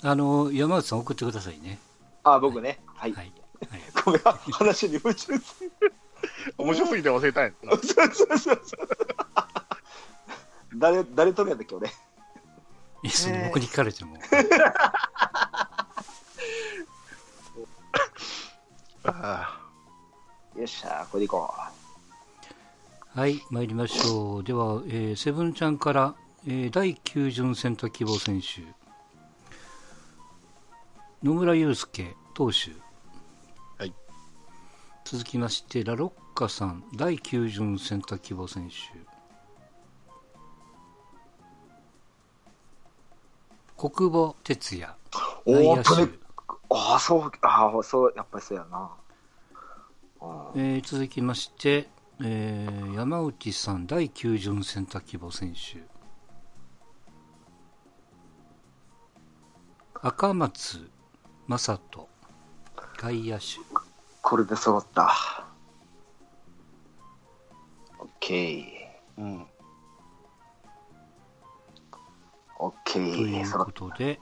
Speaker 5: あの、山内さん送ってくださいね。
Speaker 1: あ、僕ね。はい。
Speaker 5: はい。はい、
Speaker 1: ごめん、話に夢中。
Speaker 2: 面白すぎて忘れたんや。
Speaker 1: そうそうそうそう。誰誰とるやったっけ俺。
Speaker 5: いつも僕に聞かれても。
Speaker 2: あ
Speaker 1: よっしゃ、これでいこ
Speaker 5: はい、参りましょう。では、えーセブンちゃんから、えー第9巡選択希望選手、野村祐介投手。
Speaker 2: はい。
Speaker 5: 続きまして、ラロッカさん、第9巡選択希望選手。国母哲也。
Speaker 1: う。お
Speaker 5: 内
Speaker 1: お、
Speaker 5: 野手
Speaker 1: とれ。ああ、そう、ああ、そう、やっぱりそうやな。あー
Speaker 5: えー続きまして、えー山内さん第9巡選択希望選手赤松正人外野手
Speaker 1: これで揃った。オッケー。
Speaker 2: うん。
Speaker 1: オッケ
Speaker 5: とい
Speaker 1: ー。
Speaker 5: う
Speaker 1: 揃っ
Speaker 5: ことで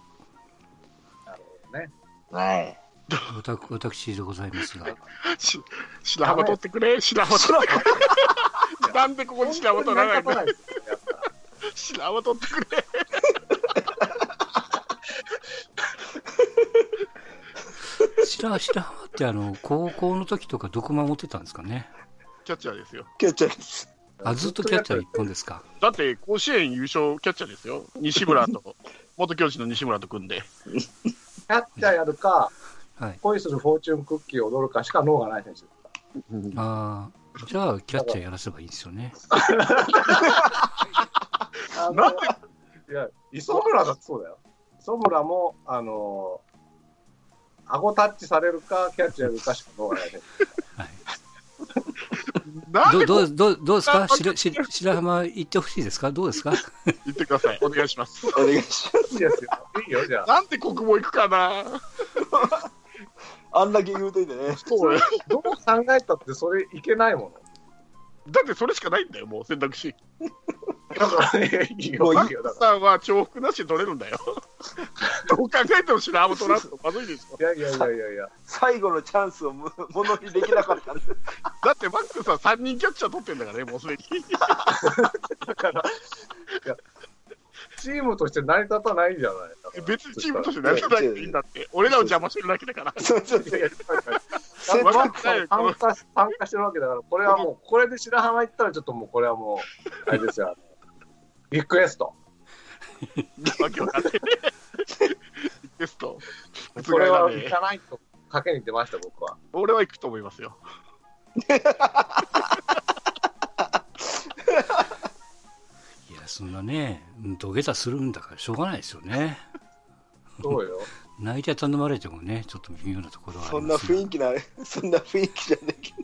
Speaker 4: なるほどね。
Speaker 1: た。はい。
Speaker 5: わた私でございますが
Speaker 2: し白浜取ってくれ、白浜取ってくれ。なんでここに白浜取らないの
Speaker 4: 本当に成り立たないですよやっ
Speaker 2: 白浜取ってくれ。
Speaker 5: 白白浜ってあの高校の時とかどこ守ってたんですかね
Speaker 2: キャッチャーですよ。
Speaker 1: キャッチャーです。
Speaker 5: あずっとキャッチャー一本ですか
Speaker 2: だって、甲子園優勝キャッチャーですよ。西村 *laughs* と、元教授の西村と組んで。
Speaker 4: キャッチャーやるか、
Speaker 5: はい
Speaker 4: 恋するフォーチュンクッキーを踊るかしか脳がない選手。
Speaker 5: ああじゃあキャッチャーやらせばいいんですよね
Speaker 4: あ
Speaker 2: なん
Speaker 4: いや、磯村だってそうだよ。磯村も、あのー、顎タッチされるか、キャッチやるかしか脳がない選手。
Speaker 5: はい
Speaker 2: なんで
Speaker 5: どどうどうどうですか白白白浜行ってほしいですかどうですか
Speaker 2: 言ってください。お願いします。
Speaker 1: お願いします。
Speaker 4: いいですよ。いいよ、じゃあ。
Speaker 2: なんで国防行くかな
Speaker 1: あんだけ言うといてね。
Speaker 2: そうだ
Speaker 4: どう考えたってそれいけないも
Speaker 2: ってそれしかないんだよ、もう選択肢。
Speaker 4: の。だから、いやいいよ、いいよ。だか
Speaker 2: さんは重複なしで取れるんだよ。どう考えても白浜取らんとまずいでしょ。
Speaker 4: らいやいやいやいやいや。
Speaker 1: 最後のチャンスをもものにできなかったんで。
Speaker 2: だってマックスは3人キャッチャー取ってんだからね、もうすでに。
Speaker 4: チームとして成り立たないじゃないだから。
Speaker 2: 別にチームとして成り立たないいいんだって。俺らを邪魔してるだけだから。
Speaker 1: そうそう *laughs* そう。
Speaker 4: だ
Speaker 1: 選
Speaker 4: からワン
Speaker 1: 択
Speaker 4: さん参加し参加してるわけだから、これはもう、これで白浜行ったら、ちょっともう、これはもう、あれですよ、リクエスト。
Speaker 2: わけわかん *laughs* ないね。テスト。
Speaker 4: これは
Speaker 2: 覆らね
Speaker 4: 行
Speaker 2: え
Speaker 4: かないと、賭けに出ました、僕は。
Speaker 2: 俺は行くと思いますよ。
Speaker 5: いやそんなねうん土下座するんだからしょうがないですよね
Speaker 4: そうよ。
Speaker 5: 泣いて頼まれてもねちょっと微妙なところはあ
Speaker 1: そ
Speaker 5: り
Speaker 1: んな
Speaker 5: ますが
Speaker 1: 雰囲気な、そんな雰囲気じゃねえけど。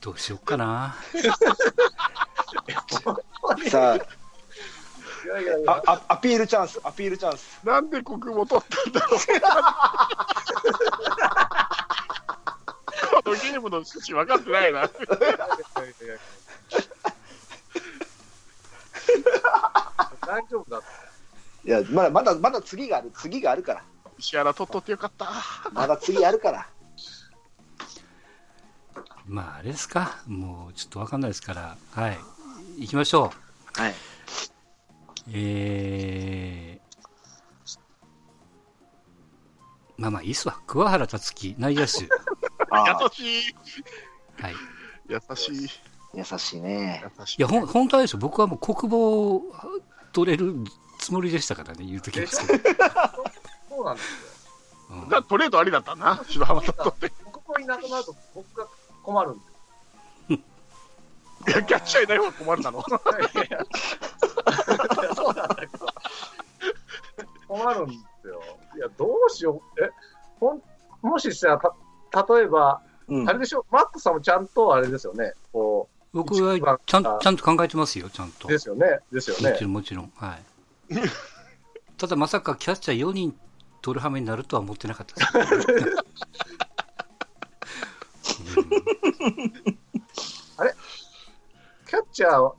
Speaker 5: どうしよっかな
Speaker 1: さ
Speaker 4: いやいやい
Speaker 1: あ
Speaker 4: や、
Speaker 1: ああ、アピールチャンス、アピールチャンス。
Speaker 2: なんで国語取ったんだろう。このゲームの趣旨分かってないな。
Speaker 4: いやいやいや *laughs* 大丈夫だって。
Speaker 1: いや、まだ、まだ、まだ次がある、次があるから。
Speaker 2: 石原取っとってよかった。
Speaker 1: まだ次ある *laughs* から。
Speaker 5: まああれですかもうちょっとわかんないですからはい行きましょう
Speaker 1: はい。
Speaker 5: えーまあまあいいっすわ。桑原辰樹、内野手。
Speaker 1: ああ
Speaker 2: 優、しい。
Speaker 5: はい。い
Speaker 2: 優しい。
Speaker 1: 優しいね。
Speaker 2: 優しい。
Speaker 5: や、ほん、本当はあれですよ。僕はもう国防取れるつもりでしたからね、言うときですけど。
Speaker 4: そうなんですよ。
Speaker 5: うん
Speaker 2: だトレードありだったな、白浜さんとって。
Speaker 4: 僕もいなくなると僕が困るんで。
Speaker 2: いや、キャッチャーいない方が困るだろう。
Speaker 4: いやいやそうなんだけど。困るんですよ。いや、どうしよう。え、ほん、もししたら、た、例えば、
Speaker 1: うん
Speaker 4: あ。れでしょ、マックさんもちゃんとあれですよね。こ
Speaker 5: 僕はちゃん、ちゃんと考えてますよ、ちゃん
Speaker 4: う、
Speaker 5: と。
Speaker 4: ですよね。ですよ
Speaker 5: も
Speaker 4: ね
Speaker 5: ち。ろん、もちろん。はい。
Speaker 4: *laughs*
Speaker 5: ただまさかキャッチャー4人取る羽目になるとは思ってなかった
Speaker 4: *laughs*
Speaker 5: です。うん
Speaker 4: キャッチャー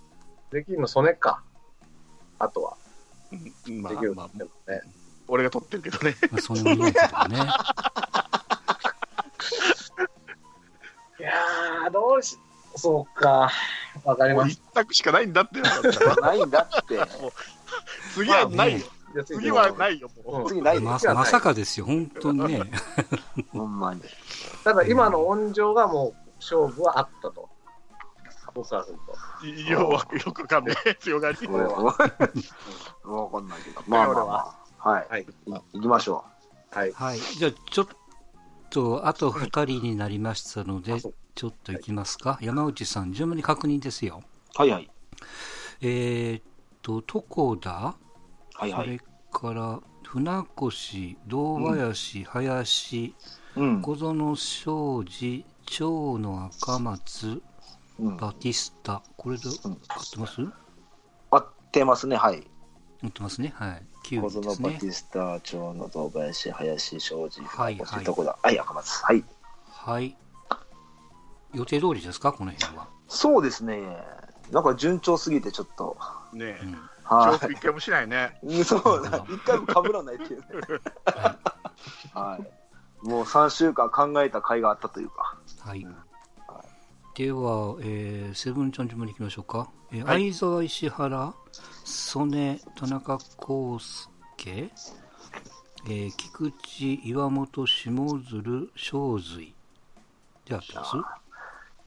Speaker 4: できるの、曽根か。あとは、
Speaker 2: ま
Speaker 4: できる
Speaker 2: あ、まあ、
Speaker 4: のでもね。
Speaker 2: 俺が取ってるけどね。
Speaker 5: まあ、そんなもんないけどね。
Speaker 4: いやー、どうし、そうか。わかり
Speaker 2: もう
Speaker 4: ます。
Speaker 2: 一択しかないんだって。
Speaker 1: ないんだって。
Speaker 2: 次はないよ。
Speaker 4: じゃあ
Speaker 2: 次はないよ、もう。
Speaker 4: うん
Speaker 1: *laughs* 次ない
Speaker 5: ま
Speaker 1: よ。
Speaker 5: まさかですよ、本当にね。
Speaker 1: ほんまに。
Speaker 4: ただ、今の温情がもう、勝負はあったと。僕からすると。
Speaker 2: 要はよくわかんない。強がり。
Speaker 1: これは。わかんないけど。まあまあまあ。はい。
Speaker 4: はい。
Speaker 1: い行きましょ
Speaker 4: はい。
Speaker 5: はい、じゃあちょっとあと2人になりましたので、
Speaker 4: あそう
Speaker 5: ちょっといきますか、山内さん、順番に確認ですよ。
Speaker 1: う。はいはい。
Speaker 5: えーっと、床田、
Speaker 1: はい
Speaker 5: そ
Speaker 1: は
Speaker 5: れ
Speaker 1: い。
Speaker 5: から船越、堂林、林、
Speaker 1: うん。
Speaker 5: 小園庄司、長野赤松、
Speaker 1: うん
Speaker 5: バティスタ、これで合
Speaker 1: うん
Speaker 5: ってます合
Speaker 1: 合ってますね。はい。
Speaker 5: ってますね、はい、9
Speaker 1: 小
Speaker 5: 位で
Speaker 1: 園
Speaker 5: す
Speaker 1: バ
Speaker 5: ね
Speaker 1: テ。ィスタ、長野、堂林、林、庄司、
Speaker 5: はい
Speaker 1: 星
Speaker 5: はい
Speaker 1: とこだ。はい、赤松。はい。
Speaker 5: はい予定通りですか、この辺は。
Speaker 1: そうですね。なんか順調すぎてちょっと。
Speaker 2: ねえ。
Speaker 5: うん
Speaker 2: 重
Speaker 1: は
Speaker 2: 複一回もしないね。
Speaker 1: い。そうだ。一回も被らないっていうね。 *laughs* はい。もう3週間考えた甲斐があったというか。
Speaker 5: はい。
Speaker 1: んは
Speaker 5: では、えーセブンちゃん順番に行きましょうか。えー
Speaker 2: はい
Speaker 5: 相沢、石原、曽根、田中康介、ええー菊池、岩本、下鶴、正髄で合ってます